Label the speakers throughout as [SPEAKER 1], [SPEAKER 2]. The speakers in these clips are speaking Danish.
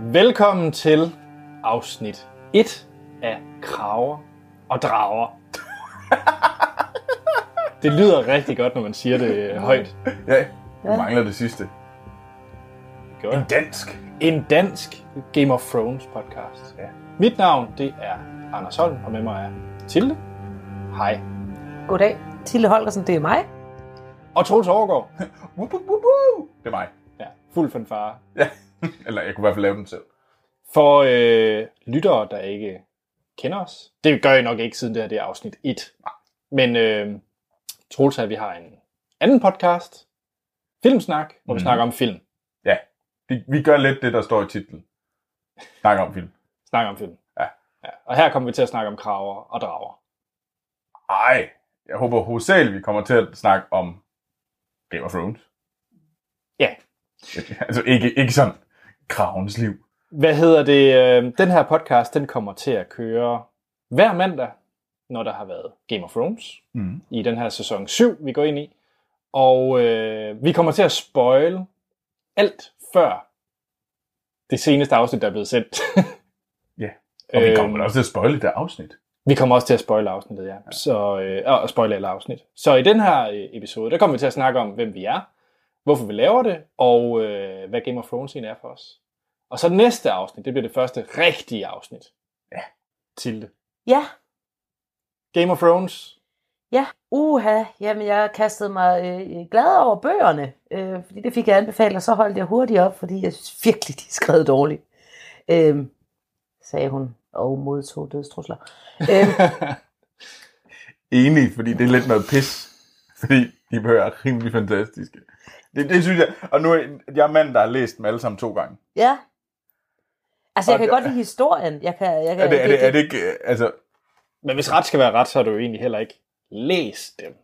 [SPEAKER 1] Velkommen til afsnit 1 af Kraver og Drager. det lyder rigtig godt, når man siger det øh, højt.
[SPEAKER 2] Ja, du mangler det sidste.
[SPEAKER 1] Gjorde jeg?
[SPEAKER 2] Dansk.
[SPEAKER 1] En dansk Game of Thrones podcast.
[SPEAKER 2] Ja.
[SPEAKER 1] Mit navn, det er Anders Holm, og med mig er Tilde. Hej.
[SPEAKER 3] Goddag. Tilde Holgersen, det er mig.
[SPEAKER 1] Og Troels Overgaard.
[SPEAKER 2] Wup, wup, wup, wup. Det er mig.
[SPEAKER 1] Ja, fuld fanfare.
[SPEAKER 2] Ja. Eller jeg kunne i hvert fald lave den selv.
[SPEAKER 1] For øh, lyttere, der ikke kender os, det gør jeg nok ikke, siden det her det er afsnit 1. Men øh, Troels og jeg, vi har en anden podcast, Filmsnak, hvor vi
[SPEAKER 2] Mhm.
[SPEAKER 1] snakker om film.
[SPEAKER 2] Ja, vi, vi gør lidt det, der står i titlen. Snak om film.
[SPEAKER 1] Snakker om film.
[SPEAKER 2] Ja.
[SPEAKER 1] ja. Og her kommer vi til at snakke om kraver og drager.
[SPEAKER 2] Ej, jeg håber hovedsageligt, vi kommer til at snakke om Game of Thrones.
[SPEAKER 1] Ja.
[SPEAKER 2] altså ikke, ikke sådan kravens liv.
[SPEAKER 1] Hvad hedder det? øh, Den her podcast, den kommer til at køre hver mandag, når der har været Game of Thrones.
[SPEAKER 2] Mm.
[SPEAKER 1] i den her sæson 7, vi går ind i. Og øh, vi kommer til at spoil alt før det seneste afsnit, der er blevet sendt.
[SPEAKER 2] Og vi
[SPEAKER 1] Øhm.
[SPEAKER 2] kommer vel også til at spoile det der afsnit.
[SPEAKER 1] vi kommer også til at spoil afsnittet, ja. Så, øh, og spoil alle afsnit. Så i den her øh, episode, der kommer vi til at snakke om, hvem vi er, hvorfor vi laver det, og øh, hvad Game of Thrones egentlig er for os. Og så næste afsnit, det bliver det første rigtige afsnit.
[SPEAKER 2] Ja.
[SPEAKER 1] Tilde.
[SPEAKER 3] Ja,
[SPEAKER 1] Game of Thrones.
[SPEAKER 3] ja. Uha, jamen jeg kastede mig øh, glad over bøgerne, øh, fordi det fik jeg anbefalet, og så holdt jeg hurtigt op, fordi jeg synes virkelig, de er skrevet dårligt. Øh, sagde hun og modtog dødstrusler. Øh,
[SPEAKER 2] Enig, fordi det er lidt noget pis. Fordi de behøver rimelig fantastiske. Det, det synes jeg. Og nu er jeg er mand, der har læst dem alle sammen to gange.
[SPEAKER 3] ja. Altså,
[SPEAKER 2] Og
[SPEAKER 3] jeg kan
[SPEAKER 2] det-
[SPEAKER 3] godt lide historien. Jeg kan, jeg kan,
[SPEAKER 2] Er det, er det, er det ikke... øh, Altså,
[SPEAKER 1] Men hvis ret skal være ret, så har du jo egentlig heller ikke læst dem.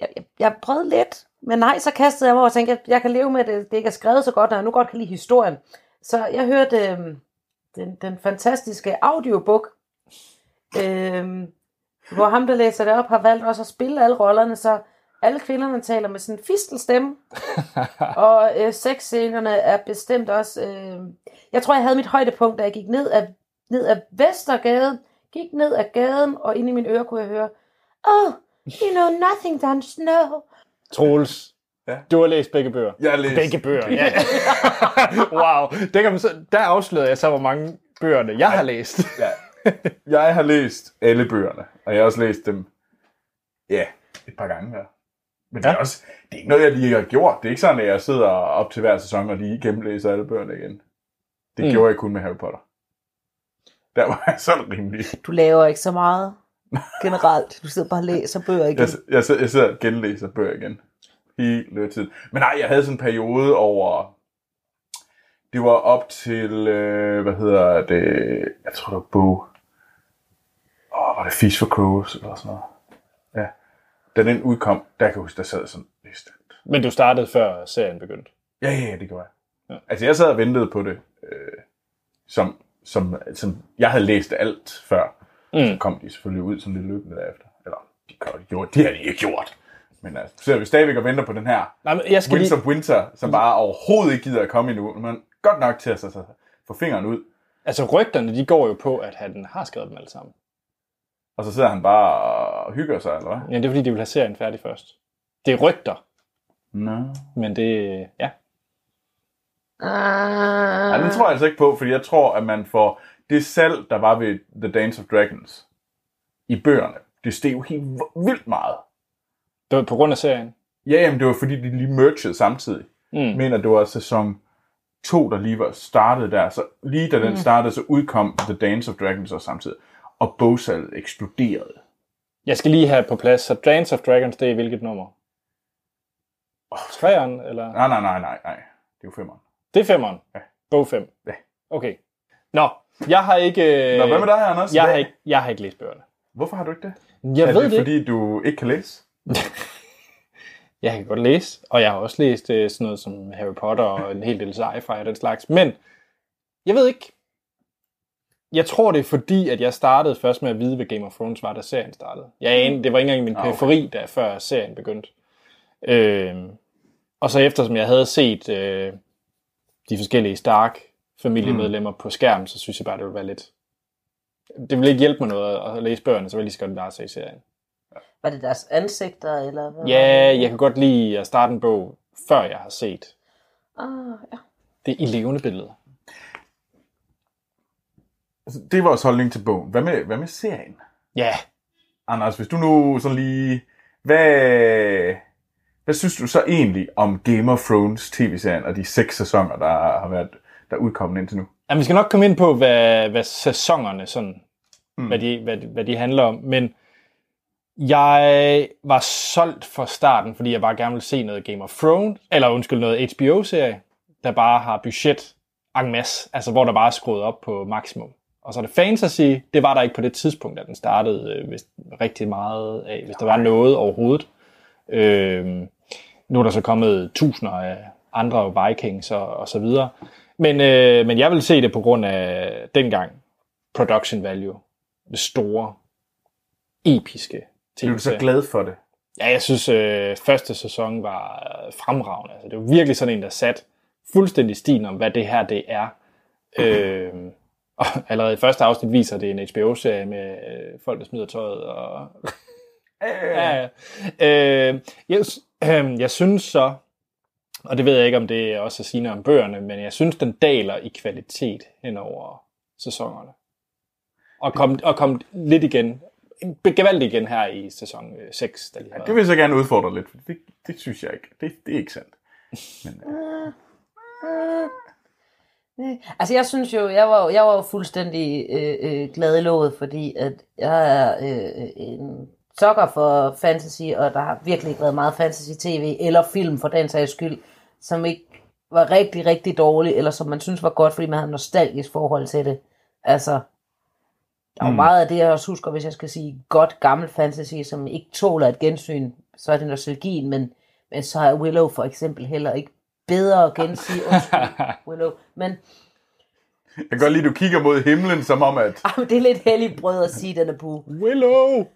[SPEAKER 3] jeg, jeg, jeg prøvede lidt, men nej, så kastede jeg mig over og tænkte, jeg, jeg kan leve med, at det, det ikke er skrevet så godt, når jeg nu godt kan lide historien. Så jeg hørte øh, den, den fantastiske audiobook, øh, hvor ham, der læser det op, har valgt også at spille alle rollerne, så alle kvinderne taler med sådan en fistelstemme, og øh, sexscenerne er bestemt også... Øh, jeg tror, jeg havde mit højdepunkt, da jeg gik ned af, ned af Vestergade, gik ned ad gaden, og inde i mine ører kunne jeg høre, Oh, you know nothing, Don Snow.
[SPEAKER 1] Troels, ja.
[SPEAKER 2] Ja.
[SPEAKER 1] du har læst begge bøger.
[SPEAKER 2] jeg har læst...
[SPEAKER 1] Begge bøger, ja. wow, det kan man så, der afslørede jeg så, hvor mange bøgerne jeg har læst.
[SPEAKER 2] Ja. Jeg har læst alle bøgerne, og jeg har også læst dem, ja, et par gange hver. Men det er, også, det er ikke noget, jeg lige har gjort. Det er ikke sådan, at jeg sidder op til hver sæson og lige gennemlæser alle bøgerne igen.
[SPEAKER 1] Mm.
[SPEAKER 2] Det mm. gjorde jeg kun med Harry Potter. Der var jeg sådan rimelig.
[SPEAKER 3] Du laver ikke så meget generelt. Du sidder bare og læser bøger igen.
[SPEAKER 2] Jeg, jeg, sidder- jeg sidder og genlæser bøger igen. Hele tiden. Men nej, jeg havde sådan en periode over... Det var op til, øh, hvad hedder det, jeg tror det var bog... Åh, oh, var det Fish for Crows eller sådan noget? Ja. Da den udkom, der kan jeg huske, der sad jeg sådan næste.
[SPEAKER 1] Men du startede før serien begyndte.
[SPEAKER 2] Ja, ja, ja, det gjorde jeg.
[SPEAKER 1] Ja.
[SPEAKER 2] Ja. Altså, jeg sad og ventede på det, øh, som, som, som jeg havde læst alt før.
[SPEAKER 1] Mm.
[SPEAKER 2] Mm. Så kom de selvfølgelig ud sådan lidt løbende derefter. Eller, de, gør- de gjorde, det har de ikke gjort. Men altså, så sidder vi stadigvæk og venter på den her
[SPEAKER 1] Nej, men jeg skal
[SPEAKER 2] Winds
[SPEAKER 1] lige...
[SPEAKER 2] of Winter, som bare overhovedet ikke gider at komme endnu. Men godt nok til at så, så, få fingeren ud,
[SPEAKER 1] Altså, rygterne, de går jo på, at han har skrevet dem alle sammen.
[SPEAKER 2] og så sidder han bare og hygger sig, eller hvad?
[SPEAKER 1] Ja, det er fordi, de vil have serien færdig først. Det er rygter,
[SPEAKER 2] Nå.
[SPEAKER 1] men det... Ja.
[SPEAKER 3] Ah.
[SPEAKER 2] Nej, den tror jeg altså ikke på, fordi jeg tror, at man får det salg, der var ved The Dance of Dragons i bøgerne, det steg jo helt vildt meget.
[SPEAKER 1] Det var på grund af serien.
[SPEAKER 2] Ja, jamen det var fordi, de lige mergede samtidig.
[SPEAKER 1] Mm.
[SPEAKER 2] Jeg mener, det var sæson 2, der lige var startet der. Så lige da den mm. startede, så udkom The Dance of Dragons også samtidig. Og bogsalget eksploderede.
[SPEAKER 1] Jeg skal lige have på plads, så Dance of Dragons, det er hvilket nummer?
[SPEAKER 2] Åh.
[SPEAKER 1] Træeren, eller...
[SPEAKER 2] Nej, nej, nej, nej, nej. Det er jo femmeren.
[SPEAKER 1] Det er femmeren.
[SPEAKER 2] Ja.
[SPEAKER 1] Bog fem.
[SPEAKER 2] Ja.
[SPEAKER 1] Okay. Nå, jeg har ikke... øh,
[SPEAKER 2] Nå, hvad med dig, Anders?
[SPEAKER 1] Jeg
[SPEAKER 2] Hvad-
[SPEAKER 1] har ikke, jeg har ikke læst bøgerne.
[SPEAKER 2] Hvorfor har du ikke det?
[SPEAKER 1] Jeg
[SPEAKER 2] er
[SPEAKER 1] ved
[SPEAKER 2] det,
[SPEAKER 1] det ikke.
[SPEAKER 2] fordi du ikke kan læse?
[SPEAKER 1] Jeg kan godt læse, og jeg har også læst øh, sådan noget som Harry Potter og en hel del sci-fi og den slags, men jeg ved ikke. Jeg tror, det er fordi, at jeg startede først med at vide, hvad Game of Thrones var, da serien startede. Jeg anede, det var ikke engang i min
[SPEAKER 2] Ah, okay.
[SPEAKER 1] periferi, da før serien begyndte. Øhm, Øh, og så eftersom jeg havde set øh, de forskellige Stark familiemedlemmer mm. på skærm, så synes jeg bare, det ville være lidt... Det ville ikke hjælpe mig noget at læse bøgerne, så ville jeg lige så godt bare se serien.
[SPEAKER 3] Var det deres ansigter, eller hvad?
[SPEAKER 1] Ja, jeg kan godt lide at starte en bog, før jeg har set
[SPEAKER 3] Ah, ja.
[SPEAKER 1] det i levende billeder.
[SPEAKER 2] Altså, det er vores holdning til bogen. Hvad med, hvad med serien?
[SPEAKER 1] Ja,
[SPEAKER 2] Anders, hvis du nu sådan lige... Hvad, hvad synes du så egentlig om Game of Thrones tv-serien og de seks sæsoner, der har været der er udkommet indtil nu?
[SPEAKER 1] Jamen, vi skal nok komme ind på, hvad, hvad sæsonerne sådan, mm. hvad, de, hvad, de- hvad de handler om, men jeg var solgt fra starten, fordi jeg bare gerne ville se noget Game of Thrones, eller undskyld, noget HBO-serie, der bare har budget en masse, altså hvor der bare er skruet op på maksimum. Og så er det fantasy, det var der ikke på det tidspunkt, da den startede øh, hvis, rigtig meget af, hvis der var noget overhovedet. Øh, nu er der så kommet tusinder af andre Vikings og, og så videre. Men, øh, men jeg vil se det på grund af dengang production value. Det store, episke
[SPEAKER 2] Bliver du så glad for det?
[SPEAKER 1] Ja, jeg synes, øh, første sæson var øh, fremragende. Altså, det var virkelig sådan en, der satte fuldstændig stien om, hvad det her det er. Øh, og allerede i første afsnit viser det en HBO-serie med øh, folk, der smider tøjet og ja. ja. Øh, jeg, øh, jeg synes så, og det ved jeg ikke, om det er også er sigende om bøgerne, men jeg synes, den daler i kvalitet hen over sæsonerne. Og kom, og kom lidt igen, gevaldigt igen her i sæson øh, 6. Der lige har
[SPEAKER 2] Det vil jeg så gerne udfordre lidt, for det, det synes jeg ikke. Det, det er ikke sandt.
[SPEAKER 3] Øh, Altså, jeg synes jo, jeg var, jo- jeg var jo fuldstændig øh, øh, glad i låget, fordi at jeg er øh, en sokker for fantasy, og der har virkelig ikke været meget fantasy-tv, eller film for den sags skyld, som ikke var rigtig, rigtig dårlig, eller som man synes var godt, fordi man havde et nostalgisk forhold til det. Altså, der er jo
[SPEAKER 2] Mm.
[SPEAKER 3] meget af det, jeg også husker, hvis jeg skal sige godt gammel fantasy, som ikke tåler et gensyn, så er det nostalgien, men, men så er Willow for eksempel heller ikke bedre at gensige. Undskyld, Willow. Men,
[SPEAKER 2] Jeg kan godt lide, at du kigger mod himlen, som om at...
[SPEAKER 3] Ej, ah, men det er lidt heldig brød at sige, den er bu.
[SPEAKER 1] Willow!
[SPEAKER 3] Nu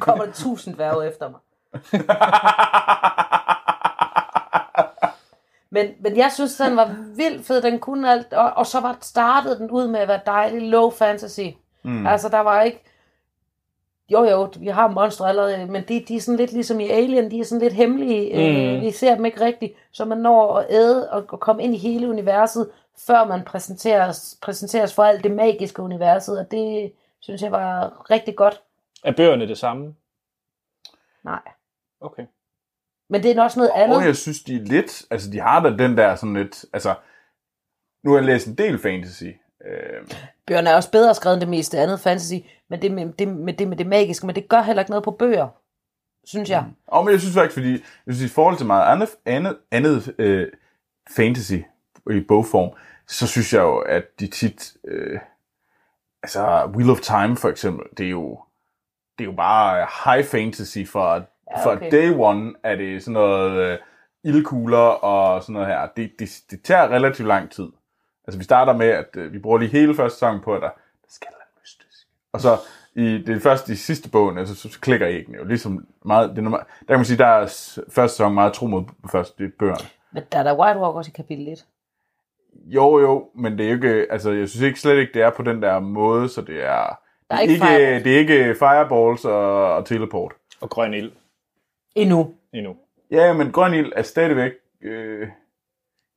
[SPEAKER 3] kommer der tusind værve efter mig. Men, men jeg synes, den var vildt fed. Den kunne alt. Og, og så var, startede den ud med at være dejlig low fantasy.
[SPEAKER 2] hmm,
[SPEAKER 3] Mm. Altså, der var ikke... Jo, jo, vi har monstre allerede, men de, de er sådan lidt ligesom i Alien, de er sådan lidt hemmelige. Mm.
[SPEAKER 1] Mm.
[SPEAKER 3] Øh, vi ser dem ikke rigtigt, så man når at æde og og komme ind i hele universet, før man præsenteres, præsenteres for alt det magiske universet, og det synes jeg var rigtig godt.
[SPEAKER 1] Er bøgerne det samme?
[SPEAKER 3] Nej.
[SPEAKER 1] Okay.
[SPEAKER 3] Men det er også noget andet.
[SPEAKER 2] Og jeg synes, de er lidt... Altså, de har da den der sådan lidt... Altså, nu har jeg læst en del fantasy. Øh,
[SPEAKER 3] Bøgerne er også bedre skrevet end det meste andet fantasy, men det med det, med det, med det magiske, men det gør heller ikke noget på bøger, synes jeg. Mm.
[SPEAKER 2] og men jeg synes faktisk, fordi jeg synes, i forhold til meget andet, andet, andet øh, fantasy i bogform, så synes jeg jo, at de tit... Øh, altså, Wheel of Time for eksempel, det er jo... Det er jo bare high fantasy fra, ja, okay.
[SPEAKER 3] okay.
[SPEAKER 2] fra day one, er det sådan noget øh, ildkugler og sådan noget her. Det, det, det tager relativt lang tid. Altså, vi starter med, at øh, vi bruger lige hele første sæson på, at der, der skal være mystisk. Og så i det første, i sidste bogen, altså, så, så klikker æggene jo ligesom meget... Det er normalt, der kan man sige, der er s- første sæson meget tro mod første bøgerne.
[SPEAKER 3] Men der er der White Walkers i kapitel 1.
[SPEAKER 2] Jo, jo, men det er jo ikke... Altså, jeg synes ikke slet ikke, det er på den der måde, så det er...
[SPEAKER 3] Der er
[SPEAKER 2] det
[SPEAKER 3] ikke fireballs.
[SPEAKER 2] ikke det er ikke fireballs og, og teleport.
[SPEAKER 1] Og grøn ild
[SPEAKER 3] Endnu.
[SPEAKER 1] endnu.
[SPEAKER 2] Ja, men grøn ild er stadigvæk... Øh,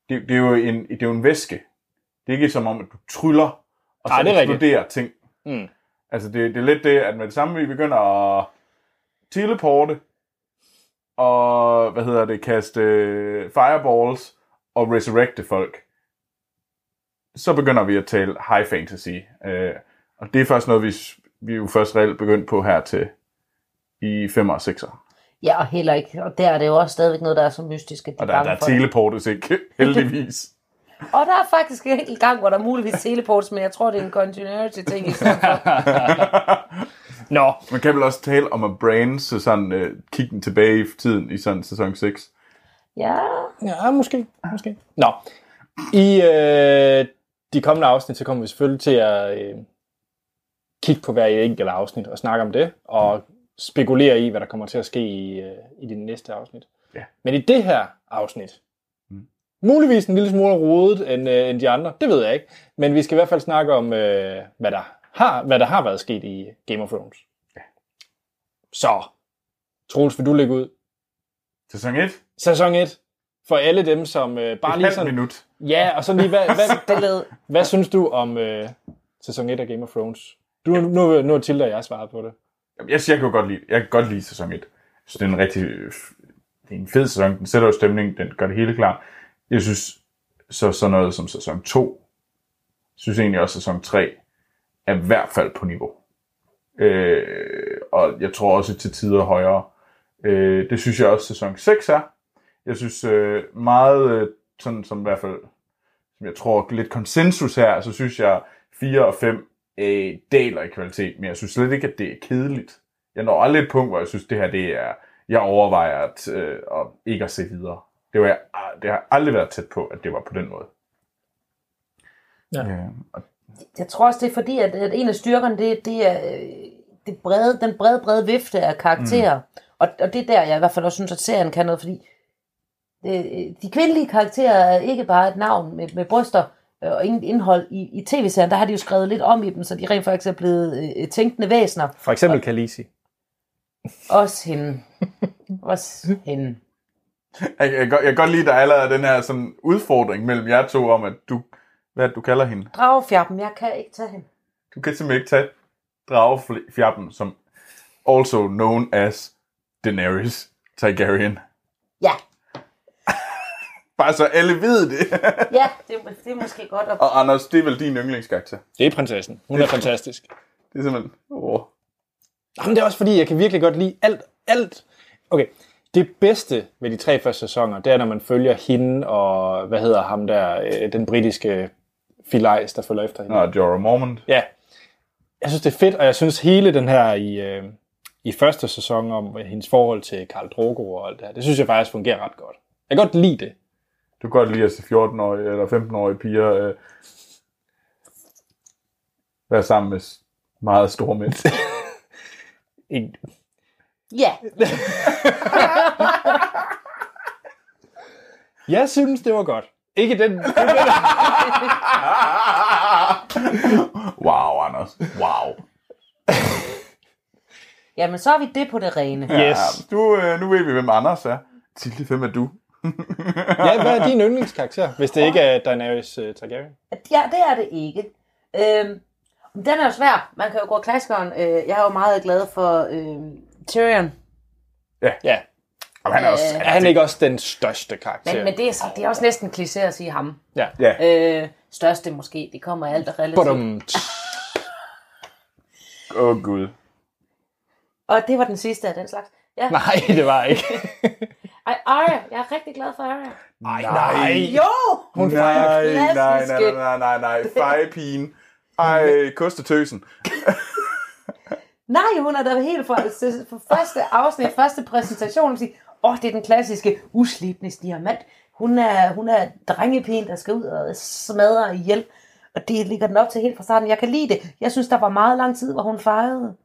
[SPEAKER 2] det, det, er jo en, det er jo en væske. Det er ikke som om, at du tryller, og så
[SPEAKER 1] Nej, det er rigtigt.
[SPEAKER 2] eksploderer ting.
[SPEAKER 1] Mm.
[SPEAKER 2] Altså, det, det er lidt det, at med det samme, vi begynder at teleporte, og, hvad hedder det, kaste øh, fireballs, og resurrecte folk, så begynder vi at tale high fantasy. Øh, og det er først noget, vi, s- vi er jo først reelt begyndt på her til i 5 og 6'er.
[SPEAKER 3] Ja, og heller ikke. Og der er det jo også stadigvæk noget, der er så mystisk, at de
[SPEAKER 2] Og der,
[SPEAKER 3] bange
[SPEAKER 2] der er
[SPEAKER 3] for det.
[SPEAKER 2] teleportes ikke, heldigvis.
[SPEAKER 3] Og der er faktisk en enkelt gang, hvor der muligvis teleports, men jeg tror, det er en continuity-ting i stedet for.
[SPEAKER 1] Nå,
[SPEAKER 2] Man kan vel også tale om at brain, så sådan øh, kigge den tilbage i tiden i sådan sæson 6.
[SPEAKER 3] Ja,
[SPEAKER 1] Ja, ah, måske. måske. Nå. I øh, de kommende afsnit, så kommer vi selvfølgelig til at øh, kigge på hver enkelt afsnit og snakke om det, og spekulere i, hvad der kommer til at ske i, øh, i det næste afsnit.
[SPEAKER 2] Ja.
[SPEAKER 1] Men i det her afsnit,
[SPEAKER 2] Mm.
[SPEAKER 1] Muligvis en lille smule rodet end, øh, end de andre, det ved jeg ikke. Men vi skal i hvert fald snakke om, øh, hvad, der har, hvad der har været sket i Game of Thrones. Så, Troels, vil du lægge ud?
[SPEAKER 2] Sæson 1.
[SPEAKER 1] Sæson 1, for alle dem, som øh, bare
[SPEAKER 2] Et
[SPEAKER 1] lige
[SPEAKER 2] halvt
[SPEAKER 1] sådan...
[SPEAKER 2] minut.
[SPEAKER 1] Ja, og sådan lige, hvad, hvad,
[SPEAKER 3] Det lød
[SPEAKER 1] Hvad synes du om øh, sæson 1 af Game of Thrones? Du, nu, nu har Tilda og jeg svaret på det.
[SPEAKER 2] Jamen, Jeg, jeg, kan jo godt lide, jeg kan godt lide sæson 1. Så det er en rigtig det er en fed sæson. Den sætter jo stemning, den gør det hele klar. Jeg synes, så sådan noget som sæson 2, synes egentlig også sæson 3, er i hvert fald på niveau. Øh, og jeg tror også til tider højere. Øh, det synes jeg også sæson 6 er. Jeg synes øh, meget, øh, sådan som i hvert fald, som jeg tror lidt konsensus her, så synes jeg 4 og 5 øh, daler i kvalitet, men jeg synes slet ikke, at det er kedeligt. Jeg når aldrig et punkt, hvor jeg synes, det her det er, jeg overvejer at, øh, at ikke at se videre. Det, var jeg, ah, det har aldrig været tæt på, at det var på den måde.
[SPEAKER 1] Ja.
[SPEAKER 2] Øh, og
[SPEAKER 3] Jeg tror også, det er fordi, at, at en af styrkerne, det, det er øh, det brede, den brede, brede vifte af karakterer. Mm. Og, og det er der, jeg i hvert fald også synes, at serien kan noget, fordi øh, de kvindelige karakterer er ikke bare et navn med, med bryster øh, og ingen indhold. I, i tv-serien, der har de jo skrevet lidt om i dem, så de rent faktisk er blevet øh, tænkende væsener.
[SPEAKER 1] For eksempel Khaleesi.
[SPEAKER 3] Også hende. også hende.
[SPEAKER 2] Jeg, jeg, kan godt- jeg kan godt lide, at der allerede er den her sådan, udfordring mellem jer to om, at du, hvad er det, du kalder hende.
[SPEAKER 3] Dragefjappen, jeg kan ikke tage hende.
[SPEAKER 2] Du kan simpelthen ikke tage dragefjappen, som also known as Daenerys Targaryen.
[SPEAKER 3] Ja,
[SPEAKER 2] Bare så alle ved det.
[SPEAKER 3] ja det, er- det er måske godt at...
[SPEAKER 2] Og Anders, det er vel din yndlingskarakter.
[SPEAKER 1] Det er prinsessen. Hun er fantastisk.
[SPEAKER 2] Det er simpelthen... Oh.
[SPEAKER 1] Jamen, det er også fordi, jeg kan virkelig godt lide alt, alt. Okay, det bedste ved de tre første sæsoner, det er, når man følger hende og, hvad hedder ham der, øh, den britiske filajs, der følger efter hende.
[SPEAKER 2] Nå, Jorah Mormont.
[SPEAKER 1] Ja, jeg synes, det er fedt, og jeg synes hele den her i, øh, i første sæson om hendes forhold til Karl Drogo og alt det her, det synes jeg faktisk fungerer ret godt. Jeg kan godt lide det.
[SPEAKER 2] Du kan godt lide at se 14-årige eller 15-årige piger øh, være sammen med s- meget store mænd.
[SPEAKER 1] Ikke-
[SPEAKER 3] Ja,
[SPEAKER 1] Jeg synes, det var godt. Ikke den...
[SPEAKER 2] wow, Anders. Wow.
[SPEAKER 3] jamen så er vi det på det rene.
[SPEAKER 1] Yes.
[SPEAKER 2] Du, øh, nu ved vi, hvem Anders er. Tilde, hvem er du?
[SPEAKER 1] Ja, hvad er din yndlingskarakter, hvis det ikke er Daenerys uh, Targaryen?
[SPEAKER 3] Ja, det er det ikke. Øhm, men den er jo svær. Man kan jo gå klassikeren. Øh, jeg er jo meget glad for øh, Tyrion.
[SPEAKER 1] Ja.
[SPEAKER 2] Og han er også...
[SPEAKER 1] Er han ikke også den største karakter?
[SPEAKER 3] Men, men det, er, så- det er også næsten kliché at sige ham.
[SPEAKER 1] Ja.
[SPEAKER 2] Ja.
[SPEAKER 3] Øh, største måske. Det kommer af alt er relativt.
[SPEAKER 1] Badum.
[SPEAKER 2] Åh, oh, Gud.
[SPEAKER 3] Og det var den sidste af den slags. Ja.
[SPEAKER 1] Nej, det var ikke.
[SPEAKER 3] Ej, Arya. Jeg er rigtig glad for Arya.
[SPEAKER 1] Nej,
[SPEAKER 2] nej.
[SPEAKER 3] Jo!
[SPEAKER 1] Hun
[SPEAKER 2] Nej,
[SPEAKER 1] fejrer.
[SPEAKER 2] nej, nej,
[SPEAKER 3] klassiske-
[SPEAKER 2] nej, nej, nej, nej. Fejepigen. Ej, kostetøsen.
[SPEAKER 3] Nej, hun er da helt for, altså, for første afsnit, første præsentation. Hun siger, åh, oh, det er den klassiske uslipnes diamant. Hun er, hun er drengepigen, der skal ud og smadre ihjel. Og det ligger den op til helt fra starten. Jeg kan lide det. Jeg synes, der var meget lang tid, hvor hun fejrede.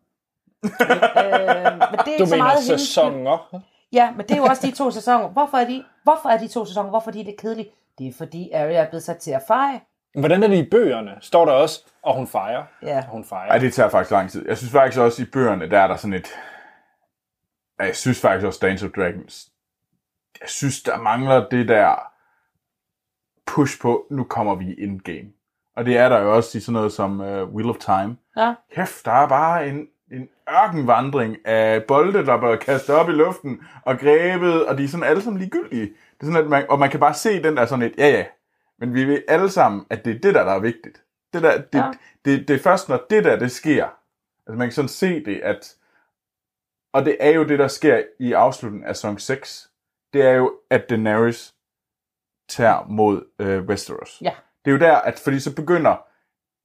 [SPEAKER 3] øh, men det er
[SPEAKER 1] Du
[SPEAKER 3] ikke så
[SPEAKER 1] mener
[SPEAKER 3] meget hendes skyld.
[SPEAKER 1] sæsoner?
[SPEAKER 3] Ja, men det er jo også de to sæsoner. Hvorfor er de, hvorfor er de to sæsoner? Hvorfor er de lidt kedelige? Det er fordi Arya er blevet sat til at feje.
[SPEAKER 1] Hvordan er det i bøgerne? Står der også, og hun fejrer?
[SPEAKER 3] Ja.
[SPEAKER 1] Og Hun
[SPEAKER 2] Ej,
[SPEAKER 1] fejrer.
[SPEAKER 2] det tager faktisk lang tid. Jeg synes faktisk også, i bøgerne, der er der sådan et... Ja, Jeg synes faktisk også, Dance of Dragons... Jeg synes, der mangler det der push på, nu kommer vi i endgame. Og det er der jo også i sådan noget som uh, Wheel of Time.
[SPEAKER 3] Ja.
[SPEAKER 2] Kæft, der er bare en, en ørkenvandring af bolde, der bliver kastet op i luften og grebet, og de er sådan alle sammen ligegyldige. Det er sådan, at man, og man kan bare se den der sådan et, ja ja, men vi ved alle sammen, at det er det der, der er vigtigt. Det, der, det,
[SPEAKER 3] Ja.
[SPEAKER 2] ja. det, det er først, når det der, det sker. Altså man kan sådan se det, at... Og det er jo det, der sker i afslutningen af song 6. Det er jo, at Daenerys tager mod øh, Westeros.
[SPEAKER 3] Ja.
[SPEAKER 2] Det er jo der, at fordi så begynder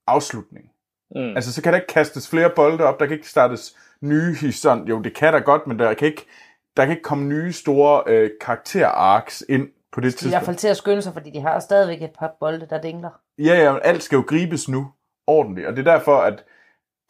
[SPEAKER 2] afslutningen.
[SPEAKER 1] Mm.
[SPEAKER 2] Altså, så kan der ikke kastes flere bolde op, der kan ikke startes nye sådan. Jo, det kan der godt, men der kan ikke, der kan ikke komme nye store øh, karakterarks ind på det
[SPEAKER 3] I hvert fald
[SPEAKER 2] tidspunkt.
[SPEAKER 3] til at skynde sig, fordi de har stadigvæk et par bolde, der dingler.
[SPEAKER 2] Ja, ja, men alt skal jo gribes nu ordentligt, og det er derfor, at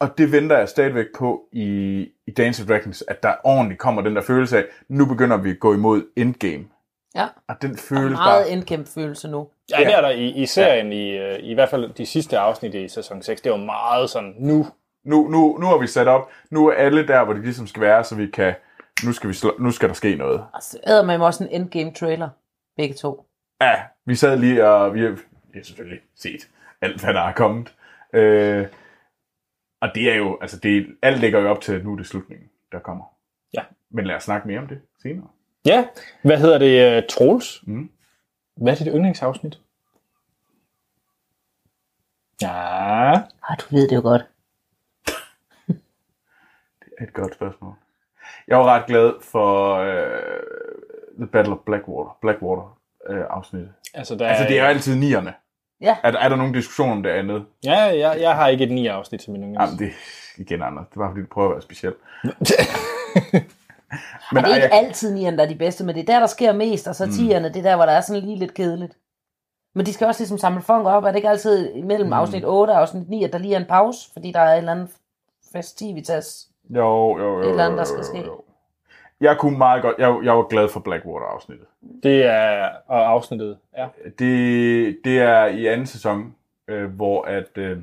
[SPEAKER 2] og det venter jeg stadigvæk på i, i Dance of Dragons, at der ordentligt kommer den der følelse af, nu begynder vi at gå imod endgame.
[SPEAKER 3] Ja.
[SPEAKER 2] Og den
[SPEAKER 3] Der er
[SPEAKER 2] føles bare...
[SPEAKER 3] meget indkæmp følelse nu.
[SPEAKER 1] Ja, det er der i, i serien, i, øh, i hvert fald de sidste afsnit i sæson 6, det var meget sådan, nu
[SPEAKER 2] Nu, nu, nu har vi sat op. Nu er alle der, hvor de ligesom skal være, så vi kan... Nu skal, vi slå, nu skal der ske noget.
[SPEAKER 3] Altså, æder man også en endgame trailer, begge to.
[SPEAKER 2] Ja, vi sad lige og... Vi har ja, selvfølgelig set alt, hvad der er kommet. Øh, og det er jo... Altså, det, alt ligger jo op til, at nu er det slutningen, der kommer.
[SPEAKER 1] Ja.
[SPEAKER 2] Men lad os snakke mere om det senere.
[SPEAKER 1] Ja, hvad hedder det? øh, Troels?
[SPEAKER 2] Mm.
[SPEAKER 1] Hvad er dit yndlingsafsnit? Ja,
[SPEAKER 3] Ah, du ved det jo godt.
[SPEAKER 2] Et godt spørgsmål. Jeg var ret glad for øh, The Battle of Blackwater, Blackwater øh, afsnittet.
[SPEAKER 1] altså, der,
[SPEAKER 2] Altså, det er jo altid nierne.
[SPEAKER 3] Ja.
[SPEAKER 2] Er, der- er der nogen diskussion om det andet?
[SPEAKER 1] Ja, jeg, jeg har ikke et ni afsnit til min yndlings.
[SPEAKER 2] Jamen, det igen, Anders. Det var, fordi du prøver at være speciel.
[SPEAKER 3] Men det er ikke
[SPEAKER 2] ej, Mm.
[SPEAKER 3] altid nierne, der er de bedste, men det er der, der sker mest, og så tierne, det er der, hvor der er sådan lige lidt kedeligt. Men de skal også ligesom samle funk op, er det ikke altid
[SPEAKER 2] Mm.
[SPEAKER 3] imellem afsnit 8 og afsnit 9, at der lige er en pause, fordi der er en eller anden festivitas.
[SPEAKER 2] jo, jo, jo,
[SPEAKER 3] et eller andet,
[SPEAKER 2] jo,
[SPEAKER 3] der skal
[SPEAKER 2] jo,
[SPEAKER 3] ske.
[SPEAKER 2] jo. Jeg kunne meget godt... Jeg, jeg var glad for Blackwater-afsnittet.
[SPEAKER 1] Det er og afsnittet. Ja.
[SPEAKER 2] Det, det er i anden sæson, øh, hvor at... Øh,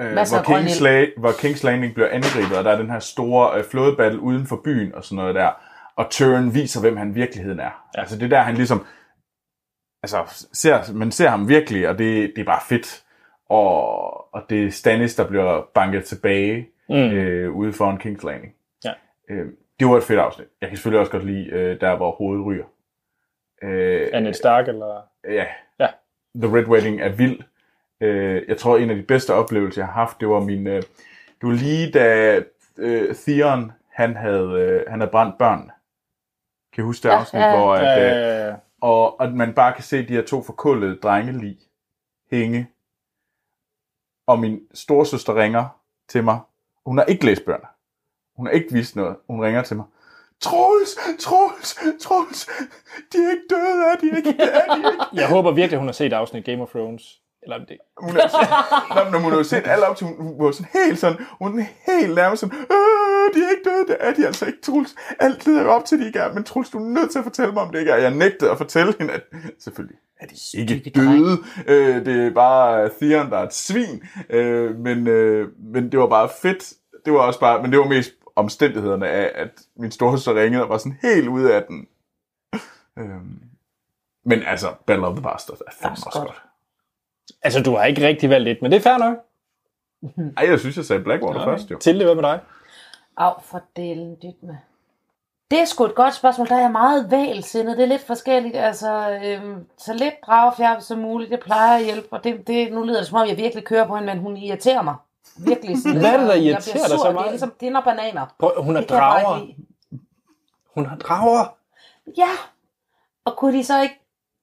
[SPEAKER 2] øh,
[SPEAKER 3] Masser
[SPEAKER 2] hvor,
[SPEAKER 3] af grøn
[SPEAKER 2] Kings
[SPEAKER 3] ild.
[SPEAKER 2] La- hvor Kings Landing bliver angrebet, og der er den her store øh, flådebattle uden for byen og sådan noget der. Og Tyrion viser, hvem han i virkeligheden er. Ja. Altså det er der, han ligesom... Altså, ser, man ser ham virkelig, og det, det er bare fedt. Og, og det er Stannis, der bliver banket tilbage
[SPEAKER 1] Mm.
[SPEAKER 2] øh, ude foran Kings Landing.
[SPEAKER 1] Ja.
[SPEAKER 2] Øh, det var et fedt afsnit. Jeg kan selvfølgelig også godt lide, øh, der hvor hovedet ryger. Øh,
[SPEAKER 1] Annette Stark, eller...
[SPEAKER 2] ja.
[SPEAKER 1] Ja.
[SPEAKER 2] The Red Wedding er vild. Øh, jeg tror, en af de bedste oplevelser, jeg har haft, det var min... Øh, det var lige da øh, Theon, han havde, øh, han havde brændt børn. Kan I huske det
[SPEAKER 3] Ja,
[SPEAKER 2] afsnit,
[SPEAKER 3] ja, ja.
[SPEAKER 2] hvor... At, øh,
[SPEAKER 1] Øh,
[SPEAKER 2] og, og man bare kan se de her to forkullede drengelig hænge. Og min storsøster ringer til mig. Hun har ikke læst bøgerne. Hun har ikke vist noget. Hun ringer til mig. Troels, Troels, Troels, de er ikke døde, er de ikke? Er de ikke?
[SPEAKER 1] jeg håber virkelig, hun har set afsnit Game of Thrones. Eller det...
[SPEAKER 2] Hun er, Nå, men hun har jo set alle op til, hun, hun var sådan helt sådan, hun er helt nærmest sådan, øh, de er ikke døde, det er de altså ikke, Troels. Alt leder op til, de ikke er, men Troels, du er nødt til at fortælle mig, om det ikke er. Jeg nægtede at fortælle hende, at selvfølgelig er de ikke
[SPEAKER 3] Stykke dreng.
[SPEAKER 2] døde. Øh, det er bare øh, Theon, der er et svin. Øh, men, øh, men det var bare fedt. Det var også bare, men det var mest omstændighederne af, at min storesøster ringede og var sådan helt ude af den. Øh, men altså, Battle of the Bastards er fandme
[SPEAKER 3] Også
[SPEAKER 2] også
[SPEAKER 3] godt.
[SPEAKER 2] godt.
[SPEAKER 1] Altså, du har ikke rigtig valgt et, men det er fair nok.
[SPEAKER 2] Ej, jeg synes, jeg sagde Blackwater Nej. først, jo.
[SPEAKER 1] Til det, hvad med dig?
[SPEAKER 3] Af for delen dyt med. Det er sgu et godt spørgsmål, der er jeg meget valsindet. Det er lidt forskelligt, altså øhm, så lidt dragefjerde som muligt, det plejer at hjælpe. Og det, det, nu lyder det som om, jeg virkelig kører på hende, men hun irriterer mig. Virkelig. Sådan,
[SPEAKER 1] Hvad er det, der
[SPEAKER 3] Jeg bliver
[SPEAKER 1] irriterer dig så
[SPEAKER 3] sur. Det er
[SPEAKER 1] meget?
[SPEAKER 3] ligesom det er, når bananer.
[SPEAKER 1] Prøv, hun har
[SPEAKER 3] Det kan jeg bare ikke
[SPEAKER 1] drager.
[SPEAKER 3] lide.
[SPEAKER 1] Hun har drager.
[SPEAKER 3] Ja, og kunne de så ikke,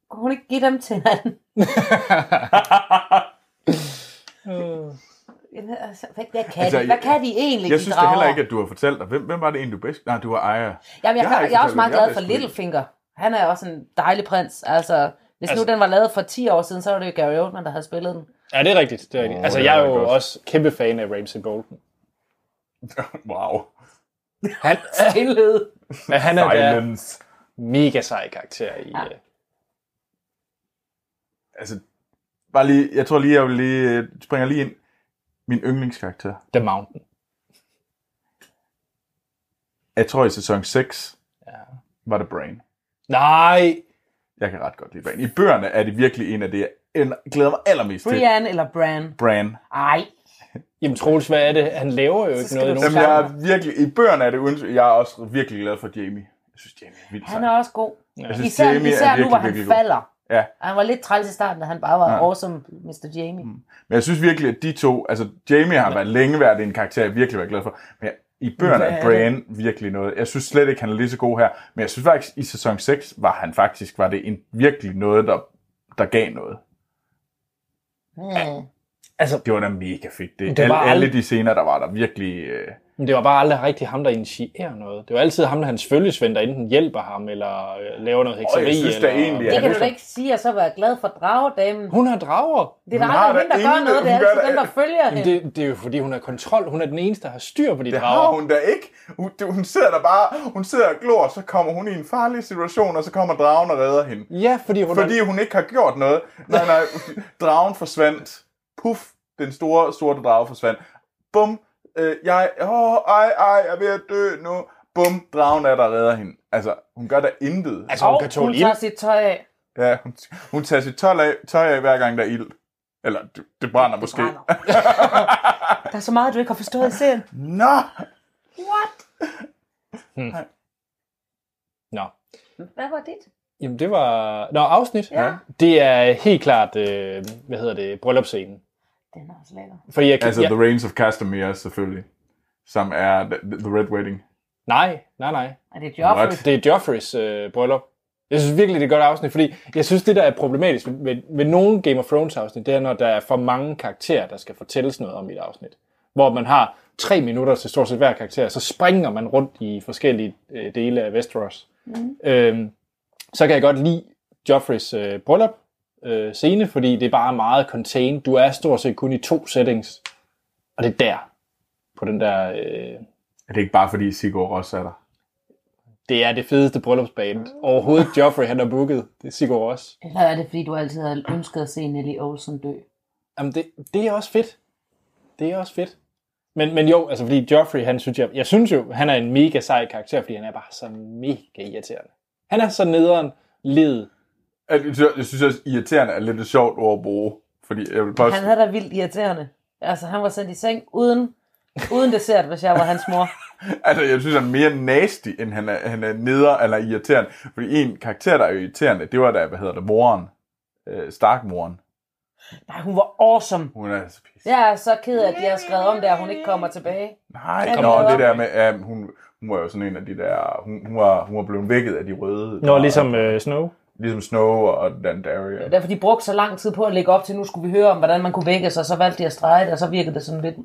[SPEAKER 3] kunne hun ikke give dem til hinanden?
[SPEAKER 1] Øh.
[SPEAKER 3] Altså, Hvad, hvad, kan,
[SPEAKER 2] Altså,
[SPEAKER 3] altså, de? hvad
[SPEAKER 2] jeg-
[SPEAKER 3] kan de egentlig
[SPEAKER 2] Jeg
[SPEAKER 3] de
[SPEAKER 2] synes da
[SPEAKER 3] drager?
[SPEAKER 2] heller ikke, at du har fortalt dig. Hvem, hvem var det egentlig, du bedst? Nej, du var ejer.
[SPEAKER 3] Jamen, jeg,
[SPEAKER 2] Jeg
[SPEAKER 3] jeg,
[SPEAKER 2] har
[SPEAKER 3] kan,
[SPEAKER 2] ikke
[SPEAKER 3] jeg er
[SPEAKER 2] fortalt,
[SPEAKER 3] også meget
[SPEAKER 2] hvem jeg
[SPEAKER 3] glad for
[SPEAKER 2] bedst kunne lide.
[SPEAKER 3] Littlefinger. Han er også en dejlig prins. Altså, hvis
[SPEAKER 1] Altså-
[SPEAKER 3] altså, nu den var lavet for 10 år siden, så var det jo Gary Oldman, der havde spillet den.
[SPEAKER 1] Ja, det er rigtigt. Det er rigtigt.
[SPEAKER 2] Åh,
[SPEAKER 1] altså,
[SPEAKER 2] det
[SPEAKER 1] jeg
[SPEAKER 2] er
[SPEAKER 1] er jo
[SPEAKER 2] godt.
[SPEAKER 1] også kæmpe fan af Ramsey Bolton.
[SPEAKER 2] Wow.
[SPEAKER 1] Han,
[SPEAKER 3] Stillhed.
[SPEAKER 1] han er der
[SPEAKER 2] Silence.
[SPEAKER 1] mega sej karakter i... øh, Ja.
[SPEAKER 2] Altså, bare lige, jeg tror lige, jeg vil lige, øh, springer lige ind. Min yndlingskarakter.
[SPEAKER 1] The Mountain.
[SPEAKER 2] Jeg tror i sæson 6 ja. var det Brain.
[SPEAKER 1] Nej!
[SPEAKER 2] Jeg kan ret godt lide Brain. I bøgerne er det virkelig en af det, jeg en- glæder mig allermest til.
[SPEAKER 3] Brian eller Bran?
[SPEAKER 2] Brain.
[SPEAKER 3] Ej,
[SPEAKER 1] Jamen, Troels, hvad er det? Han laver jo ikke
[SPEAKER 3] skal
[SPEAKER 1] noget
[SPEAKER 3] du-
[SPEAKER 1] nogen
[SPEAKER 2] Jamen, jeg er virkelig, I bøgerne er det uden, Jeg er også virkelig glad for Jamie. Jeg synes, Jamie er vildt
[SPEAKER 3] han
[SPEAKER 2] sej.
[SPEAKER 3] er også god.
[SPEAKER 2] Jeg synes,
[SPEAKER 3] Især,
[SPEAKER 2] Altså, Jamie er
[SPEAKER 3] især nu,
[SPEAKER 2] virkelig,
[SPEAKER 3] hvor han
[SPEAKER 2] virkelig god.
[SPEAKER 3] falder.
[SPEAKER 2] Ja.
[SPEAKER 3] Han var lidt træls i starten, da han bare var
[SPEAKER 2] Ja.
[SPEAKER 3] ja. awesome, Mr. Jamie. Mm.
[SPEAKER 2] Men jeg synes virkelig, at de to... Altså, Jamie har været længe været en karakter, jeg virkelig har været glad for. Men jeg, i bøgerne
[SPEAKER 3] Hvad
[SPEAKER 2] er
[SPEAKER 3] er
[SPEAKER 2] Bran virkelig noget. Jeg synes slet ikke, han er lige så god her. Men jeg synes faktisk, i sæson 6 var han faktisk... Var det en, virkelig noget, der, der gav noget.
[SPEAKER 3] Mm.
[SPEAKER 1] Altså,
[SPEAKER 2] Det var da mega fedt. Det,
[SPEAKER 1] Det
[SPEAKER 2] det
[SPEAKER 1] var
[SPEAKER 2] var alle,
[SPEAKER 1] ald-
[SPEAKER 2] alle de scener, der var der virkelig... Øh,
[SPEAKER 1] men det var bare aldrig rigtig ham, der initierer noget. Det var altid ham, der hans følgesvend, der enten hjælper ham, eller øh, laver noget hekseri.
[SPEAKER 2] jeg synes da
[SPEAKER 1] eller...
[SPEAKER 2] egentlig,
[SPEAKER 3] Det
[SPEAKER 2] Ja,
[SPEAKER 3] kan
[SPEAKER 2] nu
[SPEAKER 3] du da
[SPEAKER 2] skal-
[SPEAKER 3] ikke sige, at så var jeg glad for dragedamen.
[SPEAKER 1] Hun har drager.
[SPEAKER 3] Det er der
[SPEAKER 2] Hun har
[SPEAKER 3] aldrig hende,
[SPEAKER 2] da
[SPEAKER 3] der gør
[SPEAKER 2] ingen-
[SPEAKER 3] noget. Det er
[SPEAKER 2] hun gør
[SPEAKER 3] altid
[SPEAKER 2] da
[SPEAKER 3] dem, der følger
[SPEAKER 1] Jamen,
[SPEAKER 3] hende.
[SPEAKER 1] det, det, er jo fordi, hun har kontrol. Hun er den eneste, der har styr på de
[SPEAKER 2] det
[SPEAKER 1] drager.
[SPEAKER 2] har hun da ikke. Hun, det, hun sidder der bare, hun sidder og glor, så kommer hun i en farlig situation, og så kommer dragen og redder hende.
[SPEAKER 1] Ja, fordi hun
[SPEAKER 2] Fordi hun ikke har gjort noget. Nej, nej, dragen forsvandt. Puff, den store, sorte drage forsvandt. Bum, øh, jeg, åh, ej, ej, jeg er ved at dø nu. Bum, dragen er der og redder hende. Altså, hun gør da intet.
[SPEAKER 1] Altså, hun
[SPEAKER 3] Og
[SPEAKER 1] kan tåle
[SPEAKER 3] hun
[SPEAKER 1] ild.
[SPEAKER 3] tager sit tøj af.
[SPEAKER 2] Ja, hun, hun tager sit tøj af, tøj af hver gang, der er ild. Eller, det, det brænder måske.
[SPEAKER 3] Brænder. Der er så meget, du ikke har forstået i serien.
[SPEAKER 2] Nå!
[SPEAKER 3] What?
[SPEAKER 1] Nå.
[SPEAKER 3] Hvad var dit?
[SPEAKER 1] Jamen, det var... Nå, afsnit.
[SPEAKER 3] Ja.
[SPEAKER 1] Det er helt klart, øh, hvad hedder det, bryllupscenen.
[SPEAKER 3] Den er også lækker.
[SPEAKER 1] Fordi jeg kan...
[SPEAKER 2] Altså,
[SPEAKER 1] jeg...
[SPEAKER 2] The Reigns of Castamere, selvfølgelig. Som er The, the Red Wedding.
[SPEAKER 1] Nej, nej, nej.
[SPEAKER 3] Er det job?
[SPEAKER 2] What?
[SPEAKER 1] Det er Joffreys øh, bryllup. Jeg synes virkelig, det er et godt afsnit, fordi jeg synes, det der er problematisk ved, ved, ved nogle Game of Thrones afsnit, det er, når der er for mange karakterer, der skal fortælles noget om i et afsnit. Hvor man har tre minutter til stort set hver karakter, så springer man rundt i forskellige øh, dele af Westeros. Mm. Øhm, så kan jeg godt lide Joffreys øh, bryllup øh, scene, fordi det er bare meget contained. Du er stort set kun i to settings, og det er der, på den der... Øh,
[SPEAKER 2] Er det ikke bare, fordi Sigurd også er der?
[SPEAKER 1] det er det fedeste bryllupsbane. Overhovedet Joffrey, han har booket. Det siger også.
[SPEAKER 3] Eller er det, fordi du altid har ønsket at se Nelly Olsen dø?
[SPEAKER 1] Jamen, det, det er også fedt. Det er også fedt. Men, men jo, altså fordi Joffrey, han synes jeg, jeg synes jo, han er en mega sej karakter, fordi han er bare så mega irriterende. Han er så nederen, led.
[SPEAKER 2] Jeg synes, jeg synes også, irriterende er lidt et sjovt ord at bruge. Fordi jeg vil bare...
[SPEAKER 3] Han havde da vildt irriterende. Altså, han var sendt i seng uden, uden dessert, hvis jeg var hans mor.
[SPEAKER 2] Altså, jeg synes, han er mere nasty, end han er, han er neder eller irriterende. Fordi en karakter, der er irriterende, det var da, hvad hedder det, moren. Øh, Starkmoren.
[SPEAKER 3] Nej, hun var awesome.
[SPEAKER 2] Hun er så pisse.
[SPEAKER 3] Jeg er så ked af, at de har skrevet om det, at hun ikke kommer tilbage.
[SPEAKER 2] Nej,
[SPEAKER 3] Ja,
[SPEAKER 2] nå,
[SPEAKER 3] det var-
[SPEAKER 2] det der med, ja, hun, hun var jo sådan en af de der, hun, hun, var, hun var blevet vækket af de røde.
[SPEAKER 1] Nå, ligesom øh, Snow.
[SPEAKER 2] ligesom Snow og Dandarian.
[SPEAKER 3] Derfor de brugte så lang tid på at lægge op til, nu skulle vi høre om, hvordan man kunne vække sig, og så valgte de at strege det, og så virkede det sådan lidt...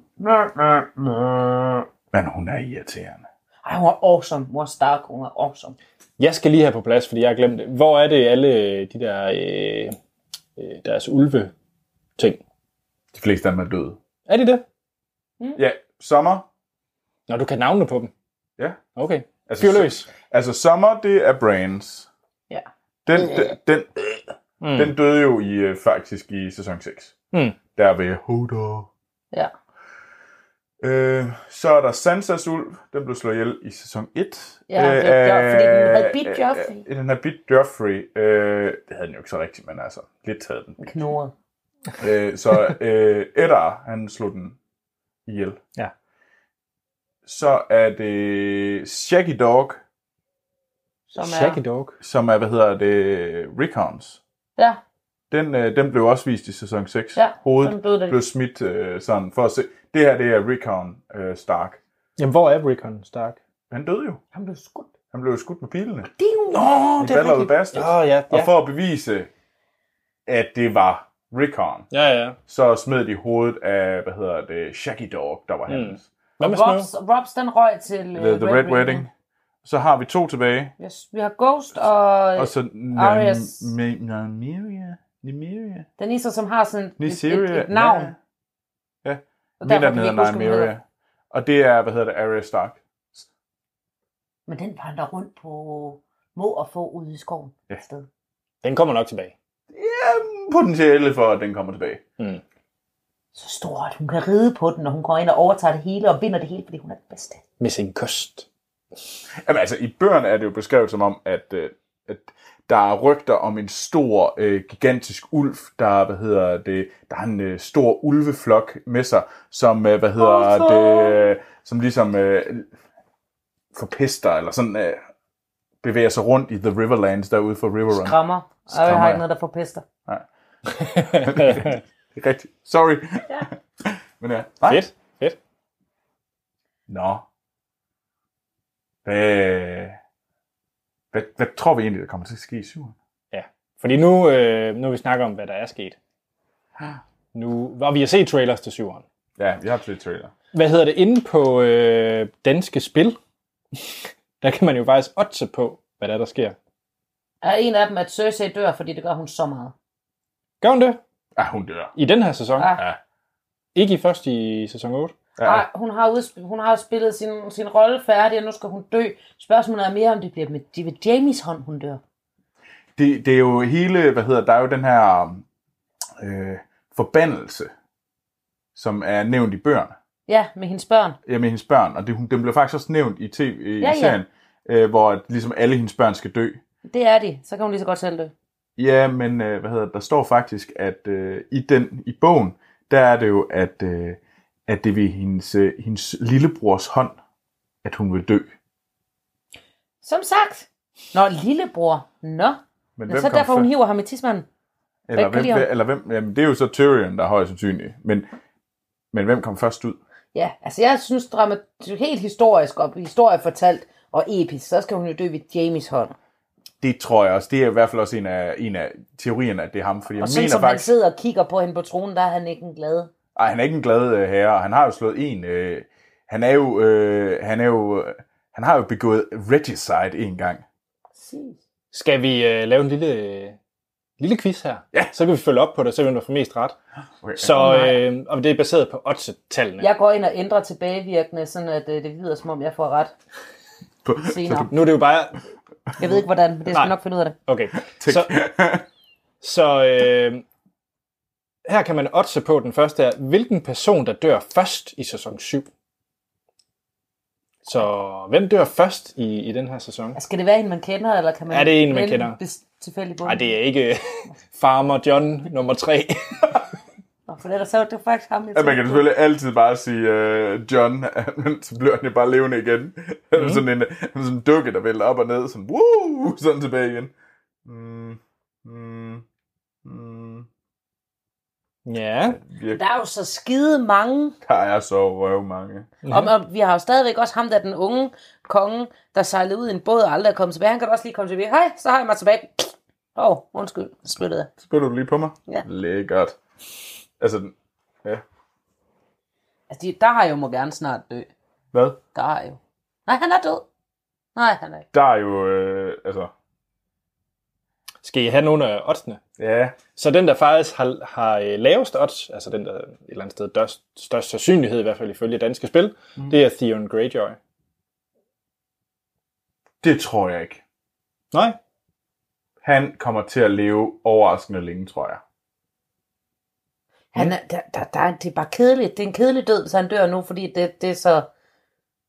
[SPEAKER 2] Men hun er irriterende.
[SPEAKER 3] Ej, hun var awesome. Hun var stark, hun var awesome.
[SPEAKER 1] Jeg skal lige have på plads, fordi jeg har glemt det. Hvor er det alle de der, øh, øh, deres ulve-ting?
[SPEAKER 2] De fleste af dem er døde.
[SPEAKER 1] Er de det?
[SPEAKER 3] Mm.
[SPEAKER 2] Ja, sommer.
[SPEAKER 1] Nå, du kan navne på dem.
[SPEAKER 2] Ja.
[SPEAKER 1] Okay.
[SPEAKER 2] Altså,
[SPEAKER 1] Fyr løs.
[SPEAKER 2] Altså, sommer, det er Brains.
[SPEAKER 3] Ja.
[SPEAKER 2] Den, den, den,
[SPEAKER 1] Mm.
[SPEAKER 2] den døde jo i, øh, faktisk i sæson 6.
[SPEAKER 1] Mm.
[SPEAKER 2] Der ved Hodor.
[SPEAKER 3] Ja.
[SPEAKER 2] Øh, så er der Sansas ulv. Den blev slået ihjel i sæson 1.
[SPEAKER 3] Ja, det er Jo- fordi den havde bidt Joffrey.
[SPEAKER 2] Øh, den havde bidt Joffrey. Øh, det havde den jo ikke så rigtigt, men altså, lidt havde den.
[SPEAKER 3] Knurret.
[SPEAKER 2] Øh, så øh, Eddar, han slog den ihjel.
[SPEAKER 1] Ja.
[SPEAKER 2] Så er det Shaggy Dog,
[SPEAKER 3] Som er...
[SPEAKER 1] Shaggy Dog.
[SPEAKER 2] som er, hvad hedder det, Recons.
[SPEAKER 3] Ja,
[SPEAKER 2] Den, øh, den blev også vist i sæson 6.
[SPEAKER 3] ja.
[SPEAKER 2] Hovedet
[SPEAKER 3] Sådan døde det.
[SPEAKER 2] blev smidt øh, sådan for at se. Det her, det er Recon øh, Stark.
[SPEAKER 1] Jamen, hvor er Rickon Stark?
[SPEAKER 2] Han døde jo.
[SPEAKER 3] Han blev skudt.
[SPEAKER 2] Han blev jo skudt med pilene.
[SPEAKER 3] Det er jo...
[SPEAKER 1] Åh,
[SPEAKER 2] I Battle of the Bastards.
[SPEAKER 1] Åh, ja,
[SPEAKER 2] Og
[SPEAKER 1] ja.
[SPEAKER 2] for at bevise, at det var Recon,
[SPEAKER 1] Ja, ja.
[SPEAKER 2] så smed de hovedet af, hvad hedder det, Shaggy Dog, der var
[SPEAKER 1] Mm.
[SPEAKER 2] hans.
[SPEAKER 1] Hvad med Snow?
[SPEAKER 3] Robs, Robs, den røg til øh,
[SPEAKER 2] The, the Red, Wedding. Så har vi to tilbage.
[SPEAKER 3] Yes, vi har Ghost og,
[SPEAKER 2] Og så
[SPEAKER 3] Arias.
[SPEAKER 2] Nam- Me- Nymeria. Nymeria.
[SPEAKER 3] den eneste, som har sådan et, et,
[SPEAKER 2] Nymeria.
[SPEAKER 3] et, navn.
[SPEAKER 2] Ja.
[SPEAKER 3] Og
[SPEAKER 2] Mener, den
[SPEAKER 3] kan vi
[SPEAKER 2] hedder
[SPEAKER 3] ikke huske, hvad den
[SPEAKER 2] Nymeria. Og det er, hvad hedder det, Arya Stark.
[SPEAKER 3] Men den vandrer rundt på må og få ude i skoven
[SPEAKER 2] Ja.
[SPEAKER 3] et sted.
[SPEAKER 1] Den kommer nok tilbage.
[SPEAKER 2] Ja, potentiale for, at den kommer tilbage.
[SPEAKER 1] Mm.
[SPEAKER 3] Så stor, at hun kan ride på den, og hun går ind og overtager det hele og vinder det hele, fordi hun er den bedste.
[SPEAKER 1] Med sin kost.
[SPEAKER 2] Jamen altså, i bøgerne er det jo beskrevet som om, at, øh, at der er rygter om en stor, øh, gigantisk ulv, der, hvad hedder det, der har en øh, stor ulveflok med sig, som, øh, hvad hedder
[SPEAKER 3] Arthur!
[SPEAKER 2] det, øh, som ligesom øh, forpester, eller sådan øh, bevæger sig rundt i The Riverlands derude for Riverrun.
[SPEAKER 3] Skræmmer. Og jeg
[SPEAKER 2] Skræmmer,
[SPEAKER 3] har
[SPEAKER 2] ja.
[SPEAKER 3] ikke noget, der forpester.
[SPEAKER 2] Det er rigtigt. Sorry.
[SPEAKER 3] Ja.
[SPEAKER 2] Men ja. Nej.
[SPEAKER 1] Fedt. Fedt.
[SPEAKER 2] Nå. Hvad, hvad, hvad tror vi egentlig, der kommer til at ske i syveren?
[SPEAKER 1] Fordi nu, øh, nu vi snakker om, hvad der er sket. nu, og vi har set trailers til syveren.
[SPEAKER 2] Ja, vi har set trailer.
[SPEAKER 1] Hvad hedder det? Inde på øh, Danske Spil, der kan man jo faktisk otte på, hvad der, er, der sker.
[SPEAKER 3] Er en af dem, at Cersei dør, fordi det gør hun så meget.
[SPEAKER 1] Gør hun det?
[SPEAKER 2] Ah, hun dør.
[SPEAKER 1] I den her sæson?
[SPEAKER 3] Ah.
[SPEAKER 2] Ja.
[SPEAKER 1] Ikke i først i sæson 8?
[SPEAKER 2] Ja,
[SPEAKER 3] Ej, hun har, udsp- hun har spillet sin, sin rolle færdig, og nu skal hun dø. Spørgsmålet er mere, om det bliver med, det er med Jamies hånd, hun dør.
[SPEAKER 2] det, det er jo hele, hvad hedder, der er jo den her øh, forbandelse, som er nævnt i bøgerne.
[SPEAKER 3] Ja, med hendes børn.
[SPEAKER 2] Ja, med hendes børn, og det, hun- den blev faktisk også nævnt i tv i
[SPEAKER 3] Ja, ja.
[SPEAKER 2] serien, øh, hvor at ligesom alle hendes børn skal dø.
[SPEAKER 3] Det er de. Så kan hun lige så godt selv dø.
[SPEAKER 2] Ja, men øh, hvad hedder, det, der står faktisk, at øh, i den i bogen, der er det jo, at, øh, at det er ved hendes, øh, hendes lillebrors hånd, at hun vil dø.
[SPEAKER 3] Som sagt. Nå, lillebror. Nå. Men, Men så
[SPEAKER 2] kom
[SPEAKER 3] derfor, hun
[SPEAKER 2] før?
[SPEAKER 3] hiver ham i tismanden.
[SPEAKER 2] eller,
[SPEAKER 3] Hvem
[SPEAKER 2] hvem,
[SPEAKER 3] kan lide ham?
[SPEAKER 2] eller hvem, jamen, det er jo så Tyrion, der er højst sandsynlig. Men, men hvem kom først ud?
[SPEAKER 3] Ja, altså jeg synes, drama helt historisk og historie fortalt og episk, så skal hun jo dø ved Jamies hånd.
[SPEAKER 2] Det tror jeg også. Det er i hvert fald også en af, en af teorierne, at det er ham. Fordi
[SPEAKER 3] Og
[SPEAKER 2] jeg
[SPEAKER 3] sådan
[SPEAKER 2] mener
[SPEAKER 3] som han
[SPEAKER 2] faktisk,
[SPEAKER 3] sidder og kigger på hende på tronen, der er han ikke en glad.
[SPEAKER 2] Ej, han er ikke en glad øh, herre, og han har jo slået en... Øh, han er jo... Øh, han er jo... øh, Han har jo begået regicide en gang.
[SPEAKER 3] Præcis.
[SPEAKER 1] Skal vi øh, lave en lille, øh, lille quiz her?
[SPEAKER 2] Ja.
[SPEAKER 1] Så kan vi følge op på det, så vi får mest ret.
[SPEAKER 2] Okay.
[SPEAKER 1] Så
[SPEAKER 3] Åh, nej.
[SPEAKER 1] øh, og det er baseret på odds-tallene.
[SPEAKER 3] Jeg går ind og ændrer tilbagevirkende, sådan at øh, det lyder som om, jeg får ret
[SPEAKER 2] På-
[SPEAKER 3] senere.
[SPEAKER 1] Nu er det jo bare...
[SPEAKER 3] Jeg ved ikke hvordan, men det skal
[SPEAKER 1] Nej.
[SPEAKER 3] vi nok finde ud af det.
[SPEAKER 1] Okay. Så, så øh, her kan man oddse på, den første er, hvilken person, der dør først i sæson 7. Så hvem dør først i, i den her sæson?
[SPEAKER 3] Altså, Skal det være en, man kender, eller kan man...
[SPEAKER 1] Er det en, man kender?
[SPEAKER 3] Tilfældig på.
[SPEAKER 1] Nej, det er ikke Farmer John nummer 3.
[SPEAKER 3] Nå, for ellers så var det faktisk ham, jeg
[SPEAKER 2] Ja, man kan
[SPEAKER 3] tænkte på.
[SPEAKER 2] selvfølgelig altid bare sige øh, John, men så bliver han jo bare levende igen. Mm. sådan en øh, sådan en dukke, der vælter op og ned, sådan, Woo! sådan tilbage igen. Mm. Mm. Mm.
[SPEAKER 1] ja.
[SPEAKER 2] Virkelig,
[SPEAKER 3] Der er jo så skide mange
[SPEAKER 2] der er så røv mange.
[SPEAKER 3] Og, og vi har jo stadigvæk også ham der, den unge konge, der sejlede ud i en båd og aldrig er kommet tilbage. Han kan da også lige komme tilbage. Hej, så har jeg mig tilbage. Åh, oh, undskyld, splittede jeg.
[SPEAKER 2] Spiller du lige på mig?
[SPEAKER 3] Ja.
[SPEAKER 2] Lækkert. Altså, den- ja.
[SPEAKER 3] Altså, de, der har jo må gerne snart dø.
[SPEAKER 2] Hvad?
[SPEAKER 3] Der har jo. Nej, han er død. Nej, han er ikke.
[SPEAKER 2] Der er jo, øh, altså,
[SPEAKER 1] Skal I have nogle af oddsene?
[SPEAKER 2] ja.
[SPEAKER 1] Så den, der faktisk har, har øh, lavest odds, altså den, der et eller andet sted dør, størst sandsynlighed, i hvert fald ifølge danske spil, mm. det er Theon Greyjoy.
[SPEAKER 2] Det tror jeg ikke.
[SPEAKER 1] Nej,
[SPEAKER 2] Han kommer til at leve overraskende længe, tror jeg.
[SPEAKER 3] Han er, der, der, der, er- det er bare kedeligt. Det er en kedelig død, så han dør nu, fordi det, det er så...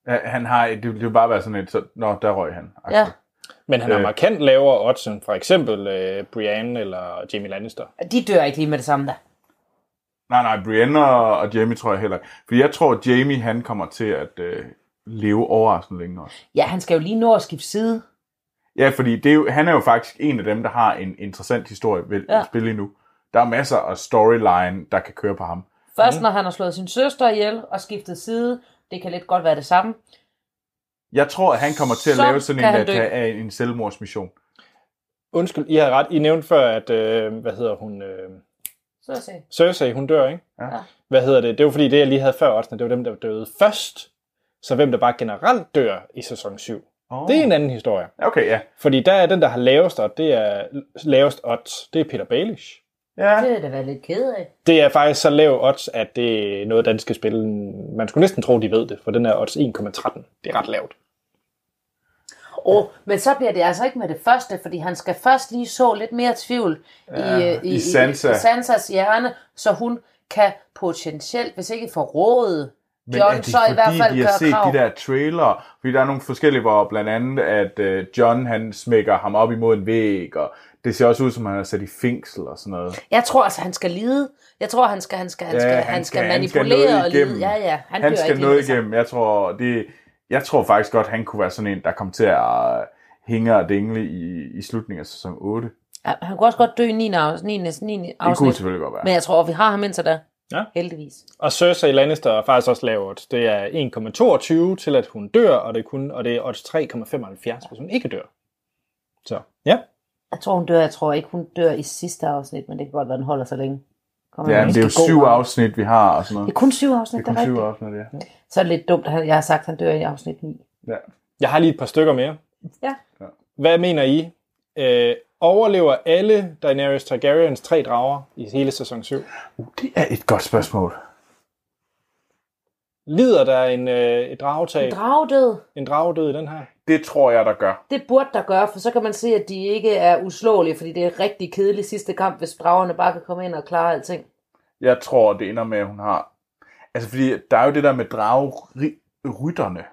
[SPEAKER 2] Ja, Han har, det vil jo bare være sådan et, så, nå, der røg han.
[SPEAKER 3] Ja.
[SPEAKER 1] men han har
[SPEAKER 2] Øh.
[SPEAKER 1] markant lavere odds end for eksempel øh, Brienne eller Jamie Lannister.
[SPEAKER 3] De dør ikke lige med det samme, da.
[SPEAKER 2] Nej, nej, Brienne og, og Jamie tror jeg heller ikke. For jeg tror, at Jamie han kommer til at øh, leve overraskende længe også.
[SPEAKER 3] Ja, han skal jo lige nå at skifte side.
[SPEAKER 2] Ja, fordi det er jo, han er jo faktisk en af dem, der har en interessant historie ved ja.
[SPEAKER 3] Ja.
[SPEAKER 2] at spille endnu. Der er masser af storyline, der kan køre på ham.
[SPEAKER 3] Først, når han har slået sin søster ihjel og skiftet side, det kan lidt godt være det samme.
[SPEAKER 2] Jeg tror, at han kommer til at
[SPEAKER 3] Så
[SPEAKER 2] lave sådan
[SPEAKER 3] kan
[SPEAKER 2] en,
[SPEAKER 3] han dø.
[SPEAKER 2] at, af en selvmordsmission.
[SPEAKER 1] Undskyld, I har ret. I nævnte før, at, øh, hvad hedder hun, øh,
[SPEAKER 3] Så at se.
[SPEAKER 1] Cersei, hun dør, ikke?
[SPEAKER 2] Ja.
[SPEAKER 3] Ja.
[SPEAKER 1] Hvad hedder det? Det var fordi, det jeg lige havde før oddsene, det var dem, der døde først. Så hvem der bare generelt dør i sæson 7.
[SPEAKER 2] Oh.
[SPEAKER 1] Det er en anden historie.
[SPEAKER 2] Okay, ja.
[SPEAKER 1] Fordi der er den, der har lavest odds, det er lavest odds, det er Peter Baelish.
[SPEAKER 2] ja.
[SPEAKER 3] Det vil jeg da være lidt ked af.
[SPEAKER 1] Det er faktisk så lav odds, at det er noget, danske spil. Man skulle næsten tro, de ved det, for den er odds 1,13. Det er ret lavt.
[SPEAKER 3] Åh, oh, men så bliver det altså ikke med det første, fordi han skal først lige så lidt mere tvivl ja, i, øh,
[SPEAKER 2] i Sansa.
[SPEAKER 3] i Sansas hjerne, så hun kan potentielt, hvis ikke forråde
[SPEAKER 2] Men
[SPEAKER 3] John,
[SPEAKER 2] er det
[SPEAKER 3] så
[SPEAKER 2] fordi,
[SPEAKER 3] i hvert fald
[SPEAKER 2] de har
[SPEAKER 3] gøre
[SPEAKER 2] set
[SPEAKER 3] krav.
[SPEAKER 2] de der trailer? Fordi der er nogle forskellige, hvor blandt andet, at øh, John han smækker ham op imod en væg, og det ser også ud, som om han er sat i fængsel og sådan noget.
[SPEAKER 3] Jeg tror altså, han skal lide. Jeg tror, han skal, han skal, han
[SPEAKER 2] Ja,
[SPEAKER 3] skal,
[SPEAKER 2] han
[SPEAKER 3] han skal,
[SPEAKER 2] skal- han skal
[SPEAKER 3] manipulere
[SPEAKER 2] noget
[SPEAKER 3] og lide.
[SPEAKER 2] igennem.
[SPEAKER 3] Ja, ja, han,
[SPEAKER 2] han
[SPEAKER 3] dør
[SPEAKER 2] skal
[SPEAKER 3] ikke
[SPEAKER 2] noget
[SPEAKER 3] lige altså. med det
[SPEAKER 2] igennem. Jeg tror, det, jeg tror faktisk godt, han kunne være sådan en, der kom til at øh, hænge og dingle i, i slutningen af sæson 8. Det
[SPEAKER 3] samme. Ja, Han kunne også godt dø i 9. afsnit, 9. 9.
[SPEAKER 2] kunne
[SPEAKER 3] afsnit
[SPEAKER 2] selvfølgelig godt være.
[SPEAKER 3] men jeg tror, vi har ham indtil da.
[SPEAKER 1] Ja.
[SPEAKER 3] Heldigvis.
[SPEAKER 1] Og Cersei Lannister er faktisk også lav odds. Det er 1,22 til, at hun dør, og det er, kun, og det er odds 3,75, hvis hun ikke dør. Så ja,
[SPEAKER 3] Jeg tror, hun dør. Jeg tror ikke, hun dør i sidste afsnit, men det kan godt være, den holder så længe. Kommer
[SPEAKER 2] Ja,
[SPEAKER 3] en
[SPEAKER 2] men det er
[SPEAKER 3] rigtig
[SPEAKER 2] jo
[SPEAKER 3] god
[SPEAKER 2] syv
[SPEAKER 3] navn.
[SPEAKER 2] afsnit, vi har og sådan
[SPEAKER 3] Det
[SPEAKER 2] noget.
[SPEAKER 3] er kun syv
[SPEAKER 2] Det er
[SPEAKER 3] afsnit, det er,
[SPEAKER 2] kun syv
[SPEAKER 3] rigtigt.
[SPEAKER 2] afsnit, ja.
[SPEAKER 3] Så er det lidt dumt, at han- jeg har sagt, at han dør i afsnit 9.
[SPEAKER 2] ja.
[SPEAKER 1] Jeg har lige et par stykker mere.
[SPEAKER 3] Ja.
[SPEAKER 2] Ja.
[SPEAKER 1] Hvad mener I? Øh, overlever alle Daenerys Targaryens tre drager i hele sæson 7?
[SPEAKER 2] Uh, det er et godt spørgsmål.
[SPEAKER 1] Lider der en, øh, et dragetag, en, dra-
[SPEAKER 3] Dragdød,
[SPEAKER 1] en dragedød i den her?
[SPEAKER 2] Det tror jeg, der gør.
[SPEAKER 3] det burde der gøre, for så kan man se, at de ikke er uslåelige, fordi det er rigtig kedelig sidste kamp, hvis dragerne bare kan komme ind og klare alting.
[SPEAKER 2] Jeg tror, det ender med, at hun har... Altså, fordi der er jo det der med dragrytterne.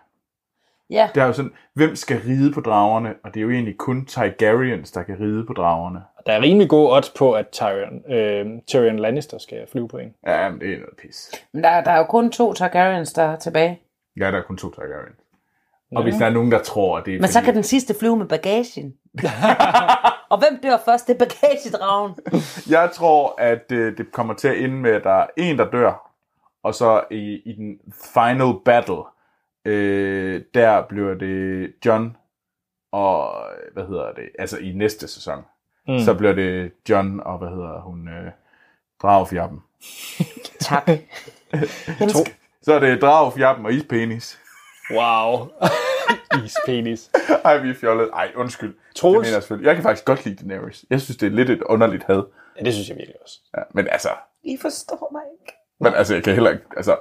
[SPEAKER 3] Ja,
[SPEAKER 2] Det er jo sådan, hvem skal ride på dragerne? Og det er jo egentlig kun Targaryens, der kan ride på dragerne.
[SPEAKER 1] Der er rimelig gode odds på, at Tyrion, øh, Tyrion Lannister skal flyve på en.
[SPEAKER 2] Ja, men det er noget pis.
[SPEAKER 3] men der, der er jo kun to Targaryens, der er tilbage.
[SPEAKER 2] Ja, der er kun to Targaryens. Og
[SPEAKER 1] Ja.
[SPEAKER 2] hvis der er nogen, der tror, at det er
[SPEAKER 3] Men så kan den sidste flyve med bagagen. og hvem dør først? Det er bagagedragen.
[SPEAKER 2] Jeg tror, at øh, det kommer til at ende med, at der er en, der dør, og så i, i den final battle, øh, der bliver det John og, hvad hedder det, altså i næste sæson, mm. så bliver det John og, hvad hedder hun, øh, Dragfjappen.
[SPEAKER 3] Tak.
[SPEAKER 2] Så er det Dragfjappen og Ispenis.
[SPEAKER 1] Wow. Ispenis.
[SPEAKER 2] Ej, vi er fjollet. Ej, undskyld.
[SPEAKER 1] Troels?
[SPEAKER 2] Det mener jeg selvfølgelig. Jeg kan faktisk godt lide Daenerys. Jeg synes, det er lidt et underligt had.
[SPEAKER 1] Ja, det synes jeg virkelig også.
[SPEAKER 2] Ja, men altså,
[SPEAKER 3] I forstår mig ikke.
[SPEAKER 2] men altså, jeg kan heller ikke, altså,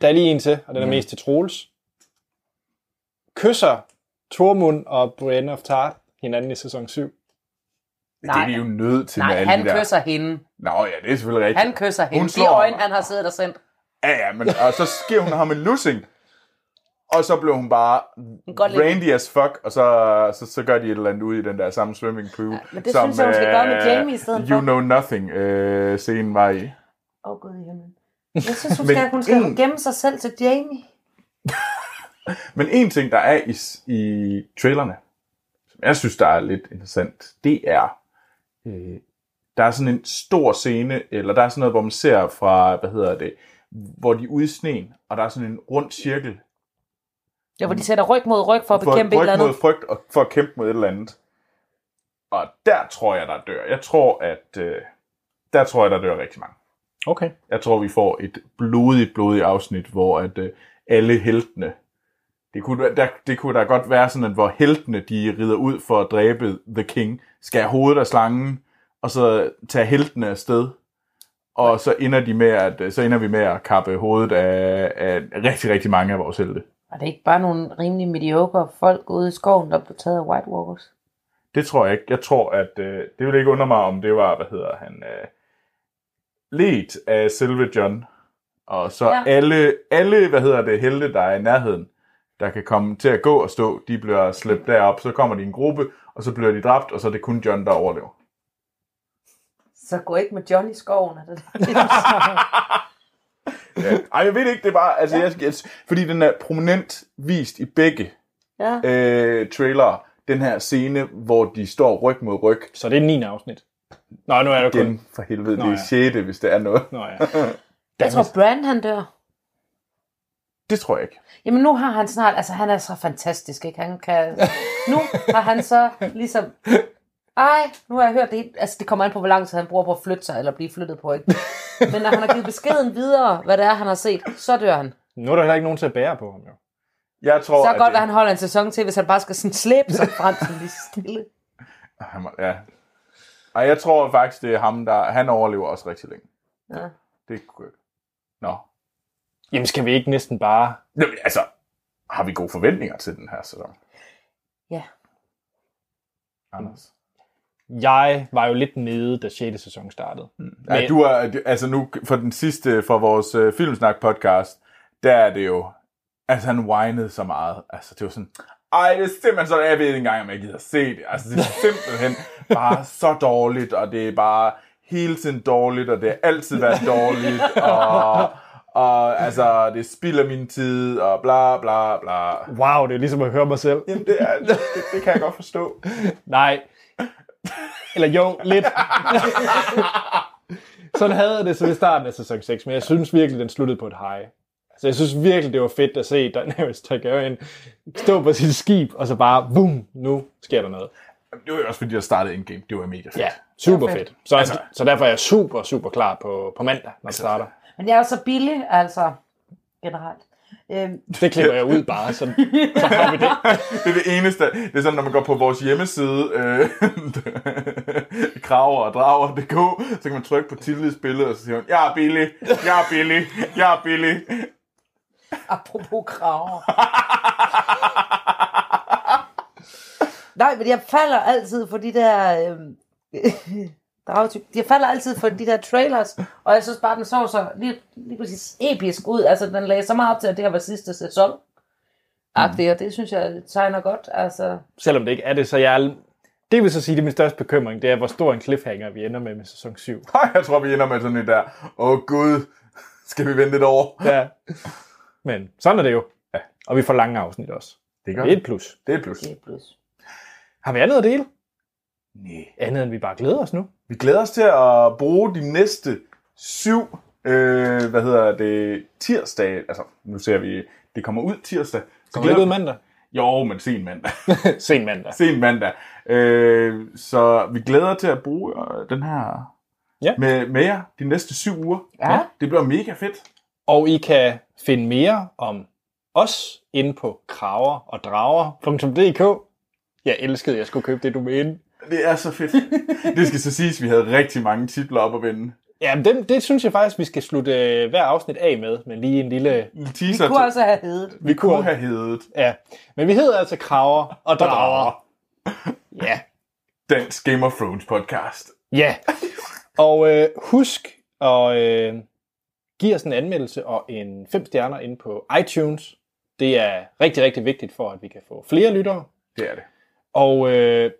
[SPEAKER 1] Der er lige en til, og den er mest til Troels. Kysser Tormund og Brienne of Tarth hinanden i sæson 7?
[SPEAKER 2] Nej. det er vi jo nødt til med
[SPEAKER 3] Nej,
[SPEAKER 2] alle
[SPEAKER 3] han
[SPEAKER 2] de der.
[SPEAKER 3] kysser hende.
[SPEAKER 2] Nå ja, det er selvfølgelig rigtigt.
[SPEAKER 3] Han kysser hende. De
[SPEAKER 2] slår
[SPEAKER 3] øjne,
[SPEAKER 2] ham.
[SPEAKER 3] han har siddet og sendt.
[SPEAKER 2] Ja, ja, men og så sker hun ham en lussing. Og så blev hun bare
[SPEAKER 3] godt lide
[SPEAKER 2] randy as fuck, og så, så, så gør de et eller andet ud i den der samme swimming pool. Ja,
[SPEAKER 3] men det synes jeg, hun skal gøre med Jamie i stedet
[SPEAKER 2] You
[SPEAKER 3] for.
[SPEAKER 2] know nothing øh, scenen var i.
[SPEAKER 3] Åh, oh, gud i himlen. Jeg synes, hun
[SPEAKER 2] Men
[SPEAKER 3] skal, hun skal
[SPEAKER 2] en-
[SPEAKER 3] gemme sig selv til Jamie.
[SPEAKER 2] Men en ting, der er i, s- i trailerne, som jeg synes, der er lidt interessant, det er, øh, der er sådan en stor scene, eller der er sådan noget, hvor man ser fra, hvad hedder det, hvor de er ude i sneen, og der er sådan en rund cirkel,
[SPEAKER 3] Ja, hvor de sætter ryg mod ryg for at
[SPEAKER 2] for
[SPEAKER 3] bekæmpe et
[SPEAKER 2] frygt
[SPEAKER 3] eller
[SPEAKER 2] mod
[SPEAKER 3] andet.
[SPEAKER 2] frygt og for at kæmpe mod et eller andet. Og der tror jeg, der dør. Jeg tror, at øh, der tror jeg, der dør rigtig mange.
[SPEAKER 1] Okay.
[SPEAKER 2] Jeg tror, vi får et blodigt, blodigt afsnit, hvor at øh, alle heltene, det kunne, være- der, det kunne da godt være sådan, at hvor heltene, de rider ud for at dræbe The King, skærer hovedet af slangen, og så tager heltene afsted. Og så ender, de med at, øh, så ender vi med at kappe hovedet af, af rigtig, rigtig mange af vores helte.
[SPEAKER 3] Var det ikke bare nogle rimelig mediocre folk ude i skoven, der blev taget af White Walkers?
[SPEAKER 2] Det tror jeg ikke. Jeg tror, at øh, det ville ikke undre mig, om det var, hvad hedder han, øh, ledt af selve John. Og så
[SPEAKER 3] Ja.
[SPEAKER 2] ja. alle, alle, hvad hedder det, helte, der er i nærheden, der kan komme til at gå og stå, de bliver slæbt derop, så kommer de i en gruppe, og så bliver de dræbt, og så er det kun John, der overlever.
[SPEAKER 3] Så gå ikke med John i skoven. Er det det?
[SPEAKER 2] Ja. Ej, jeg ved det ikke, det er bare, altså, ja. jeg, jeg, fordi den er prominent vist i begge
[SPEAKER 3] ja.
[SPEAKER 2] øh, trailere, den her scene, hvor de står ryg mod ryg.
[SPEAKER 1] Så det er 9. afsnit. Nå, nu er der kun...
[SPEAKER 2] Igen, for helvede,
[SPEAKER 1] Nå,
[SPEAKER 2] det er
[SPEAKER 1] ja.
[SPEAKER 2] 6. hvis det er noget.
[SPEAKER 1] Nå ja.
[SPEAKER 3] Jeg tror, Brand han dør.
[SPEAKER 2] Det tror jeg ikke.
[SPEAKER 3] Jamen nu har han snart, altså han er så fantastisk, ikke? Han kan, nu har han så ligesom, ej, nu har jeg hørt det, altså det kommer an på, hvor lang tid han bruger på at flytte sig, eller blive flyttet på, ikke? Men når han har givet beskeden videre, hvad det er, han har set, så dør han.
[SPEAKER 1] Nu er der heller ikke nogen til at bære på ham, jo.
[SPEAKER 2] Jeg tror,
[SPEAKER 3] Så
[SPEAKER 2] at
[SPEAKER 3] kan godt
[SPEAKER 2] det-
[SPEAKER 3] være, han holder en sæson til, hvis han bare skal sådan slæbe sig frem sådan lige stille.
[SPEAKER 2] Han var, ja. Ej, jeg tror faktisk, det er ham, der... Han overlever også rigtig længe.
[SPEAKER 3] Ja.
[SPEAKER 2] Det kunne... Nå.
[SPEAKER 1] Jamen, skal vi ikke næsten bare...
[SPEAKER 2] Jamen, altså, har vi gode forventninger til den her sæson?
[SPEAKER 3] Ja.
[SPEAKER 2] Anders?
[SPEAKER 1] Jeg var jo lidt nede, da 6. sæson startede.
[SPEAKER 2] Mm. Ja,
[SPEAKER 1] Men-
[SPEAKER 2] du er... du- Altså nu, for den sidste fra vores øh, Filmsnak podcast, der er det jo... Altså, han whinede så meget. Altså, det var sådan... Ej, det er simpelthen så, jeg ved ikke engang, om jeg gider se det. Altså, det er simpelthen bare så dårligt, og det er bare hele tiden dårligt, og det har altid været dårligt, og, og altså, det spilder min tid, og bla bla bla.
[SPEAKER 1] Wow, det er ligesom at høre mig selv.
[SPEAKER 2] Jamen, det, er, det, det kan jeg godt forstå.
[SPEAKER 1] Nej. Eller jo, lidt. Sådan havde jeg det så i starten af sæson 6, men jeg synes virkelig, den sluttede på et high. Altså, jeg synes virkelig, det var fedt at se Daenerys Targaryen stå på sit skib, og så bare, boom, nu sker der noget.
[SPEAKER 2] Det var jo også, fordi jeg startede en game. Det var mega fedt.
[SPEAKER 1] Ja, Super
[SPEAKER 3] fedt.
[SPEAKER 1] fedt. Så, altså,
[SPEAKER 2] Altså-
[SPEAKER 1] så derfor er jeg super, super klar på, på mandag, når det starter.
[SPEAKER 3] Men jeg er jo så billig, altså, generelt. Øhm,
[SPEAKER 1] Det klipper jeg ud bare, så, så har vi det.
[SPEAKER 2] det er det eneste. Det er sådan, når man går på vores hjemmeside, øh, kraver og drager.dk, så kan man trykke på Tildes billede, og så siger hun, jeg er billig, jeg er billig, jeg er billig.
[SPEAKER 3] apropos kraver. Nej, men jeg falder altid for de der... Øhm, dragetyper. jeg falder altid for de der trailers, og jeg synes bare, den så så lige, lige præcis episk ud. Altså, den lagde så meget op til, at det her var sidste sæson. Mm. Og det synes jeg tegner godt. Altså,
[SPEAKER 1] Selvom det ikke er det, så jeg er... Det vil så sige, at min største bekymring, det er, hvor stor en cliffhanger vi ender med med sæson 7.
[SPEAKER 2] Ej, jeg tror, vi ender med sådan et der, åh oh, gud, skal vi vente et år?
[SPEAKER 1] Ja. Men sådan er det jo. Ja. Og vi får lange afsnit også.
[SPEAKER 2] Det gør
[SPEAKER 1] Det er et plus.
[SPEAKER 2] Det er et plus.
[SPEAKER 3] det er et plus.
[SPEAKER 1] Har vi andet at dele?
[SPEAKER 2] Nej.
[SPEAKER 1] Andet end vi bare glæder os nu.
[SPEAKER 2] Vi glæder os til at bruge de næste syv, øh, hvad hedder det, tirsdag. Altså, nu ser vi, det kommer ud tirsdag. Så
[SPEAKER 1] Kommer det ikke ud mandag?
[SPEAKER 2] Jo, men sen mandag.
[SPEAKER 1] Sen mandag.
[SPEAKER 2] sen mandag. Øh, så vi glæder til at bruge øh, den her
[SPEAKER 1] Ja.
[SPEAKER 2] med, med jer de næste syv uger.
[SPEAKER 3] Ja.
[SPEAKER 2] Det bliver mega fedt.
[SPEAKER 1] Og I kan finde mere om os inde på kraver og drager.dk. Jeg elskede, at jeg skulle købe det domæne.
[SPEAKER 2] Det er så fedt. det skal så siges, at vi havde rigtig mange titler op at vende.
[SPEAKER 1] Ja, men det, det synes jeg faktisk, vi skal slutte øh, hver afsnit af med, men lige en lille...
[SPEAKER 2] En
[SPEAKER 3] Vi
[SPEAKER 2] teaser
[SPEAKER 3] kunne også have heddet.
[SPEAKER 2] vi kunne have heddet
[SPEAKER 1] Ja, men vi hedder altså Kraver og Drager. Ja,
[SPEAKER 2] Dansk Game of Thrones podcast.
[SPEAKER 1] ja. Og øh, husk at øh, give os en anmeldelse og en fem stjerner inde på iTunes. Det er rigtig, rigtig vigtigt for, at vi kan få flere lyttere.
[SPEAKER 2] Det er det.
[SPEAKER 1] Og øh,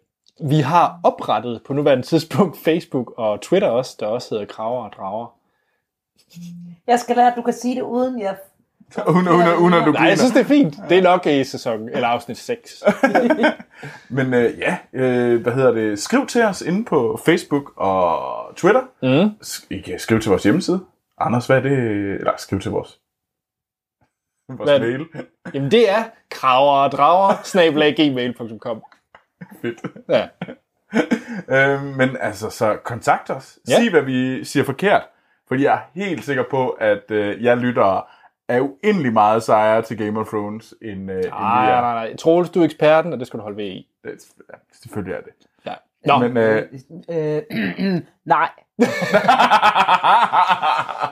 [SPEAKER 1] vi har oprettet på nuværende tidspunkt Facebook og Twitter også, der også hedder Kraver og Drager.
[SPEAKER 3] Jeg skal lære, at du kan sige det uden jeg...
[SPEAKER 2] Uden, uden, uden at du
[SPEAKER 1] Nej, jeg synes, det er fint. Det er nok i sæson, eller afsnit 6.
[SPEAKER 2] Men øh, ja, øh, hvad hedder det? Skriv til os inde på Facebook og Twitter.
[SPEAKER 1] Mm.
[SPEAKER 2] Sk- I kan skrive til vores hjemmeside. Anders, hvad er det? Eller skriv til vores, vores
[SPEAKER 1] Hvad er det?
[SPEAKER 2] mail.
[SPEAKER 1] Jamen det er kraver og drager, snablag gmail.com.
[SPEAKER 2] Fedt.
[SPEAKER 1] Ja.
[SPEAKER 2] Øh, men altså, så kontakt os.
[SPEAKER 1] Ja.
[SPEAKER 2] Ja. Sig, hvad vi siger forkert. Fordi jeg er helt sikker på, at øh, jeg lytter er uendelig meget sejere til Game of Thrones, end, øh, end vi
[SPEAKER 1] Nej, nej,
[SPEAKER 2] er.
[SPEAKER 1] nej. Troels, du er eksperten, og det skal du holde ved i.
[SPEAKER 2] Det- ja, Selvfølgelig er det.
[SPEAKER 1] Ja. Nå,
[SPEAKER 2] Men, øh,
[SPEAKER 3] Øh, nej.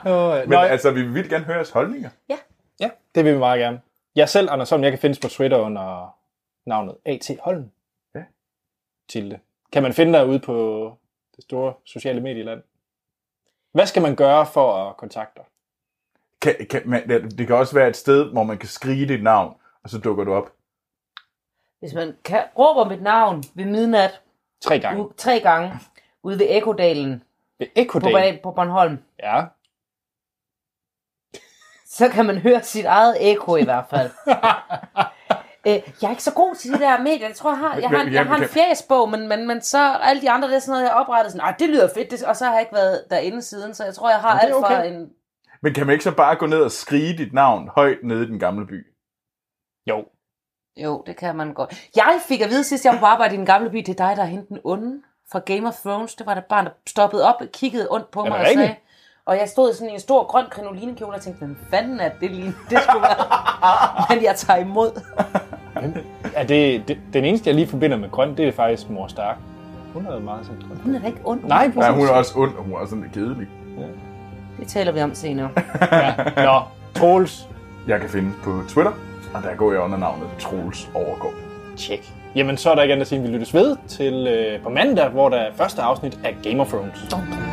[SPEAKER 1] øh,
[SPEAKER 2] men
[SPEAKER 1] men,
[SPEAKER 2] altså, vi vil vildt gerne høre jeres holdninger.
[SPEAKER 1] ja, det vil vi meget gerne. Jeg selv, Anders Holm, jeg kan findes på Twitter under navnet A.T. Holm.
[SPEAKER 2] Ja.
[SPEAKER 1] Tilde. Kan man finde dig ude på det store sociale medieland? Hvad skal man gøre for at kontakte dig?
[SPEAKER 2] Kan, kan, man, det, det kan også være et sted, hvor man kan skrige dit navn, og så dukker du op.
[SPEAKER 3] Hvis man kan, råber mit navn ved midnat
[SPEAKER 1] Tre gange.
[SPEAKER 3] u- tre gange ude ved Ekodalen
[SPEAKER 1] Ved
[SPEAKER 3] på,
[SPEAKER 1] Ekodal.
[SPEAKER 3] ba- på Bornholm,
[SPEAKER 1] Ja.
[SPEAKER 3] så kan man høre sit eget eko i hvert fald. Øh, jeg er ikke så god til de der medier. Jeg tror, jeg har, jeg har, en, jeg har en fjæsbog, men, men, men så alle de andre, det er sådan noget, jeg oprettede sådan, "Ej, det lyder fedt, det, og så har jeg ikke været derinde siden, så jeg tror, jeg har
[SPEAKER 1] Men det
[SPEAKER 3] alt
[SPEAKER 1] er
[SPEAKER 3] fra
[SPEAKER 1] okay.
[SPEAKER 3] en...
[SPEAKER 2] Men kan man ikke så bare gå ned og skrige dit navn højt nede i den gamle by?
[SPEAKER 1] Jo.
[SPEAKER 3] Jo, det kan man godt. Jeg fik at vide sidst, jeg var på arbejde i den gamle by, det er dig, der er hende den onde fra Game of Thrones. Det var det barn, der stoppede op og kiggede ondt på
[SPEAKER 1] Er
[SPEAKER 3] mig
[SPEAKER 1] det
[SPEAKER 3] og
[SPEAKER 1] rigtigt?
[SPEAKER 3] sagde... Og jeg stod sådan i en stor grøn krinolinekjole og tænkte, hvem fanden er det lige? Det skulle være. Men jeg tager imod.
[SPEAKER 1] Er det, det, den eneste, jeg lige forbinder med grøn, det er faktisk mor Stark. Hun er jo meget sådan grøn.
[SPEAKER 3] Hun er da ikke ond.
[SPEAKER 1] Nej, præcis.
[SPEAKER 2] Nej, hun er også ond, og hun er også sådan lidt kedelig.
[SPEAKER 3] Det taler vi om senere.
[SPEAKER 1] Ja. Nå, Troels.
[SPEAKER 2] Jeg kan finde på Twitter, og der går jeg under navnet Troels Overgaard.
[SPEAKER 1] Tjek. Jamen, så er der ikke andet at sige, end vi lyttes ved til øh, på mandag, hvor der er første afsnit af Game of Thrones.
[SPEAKER 3] Dum, dum.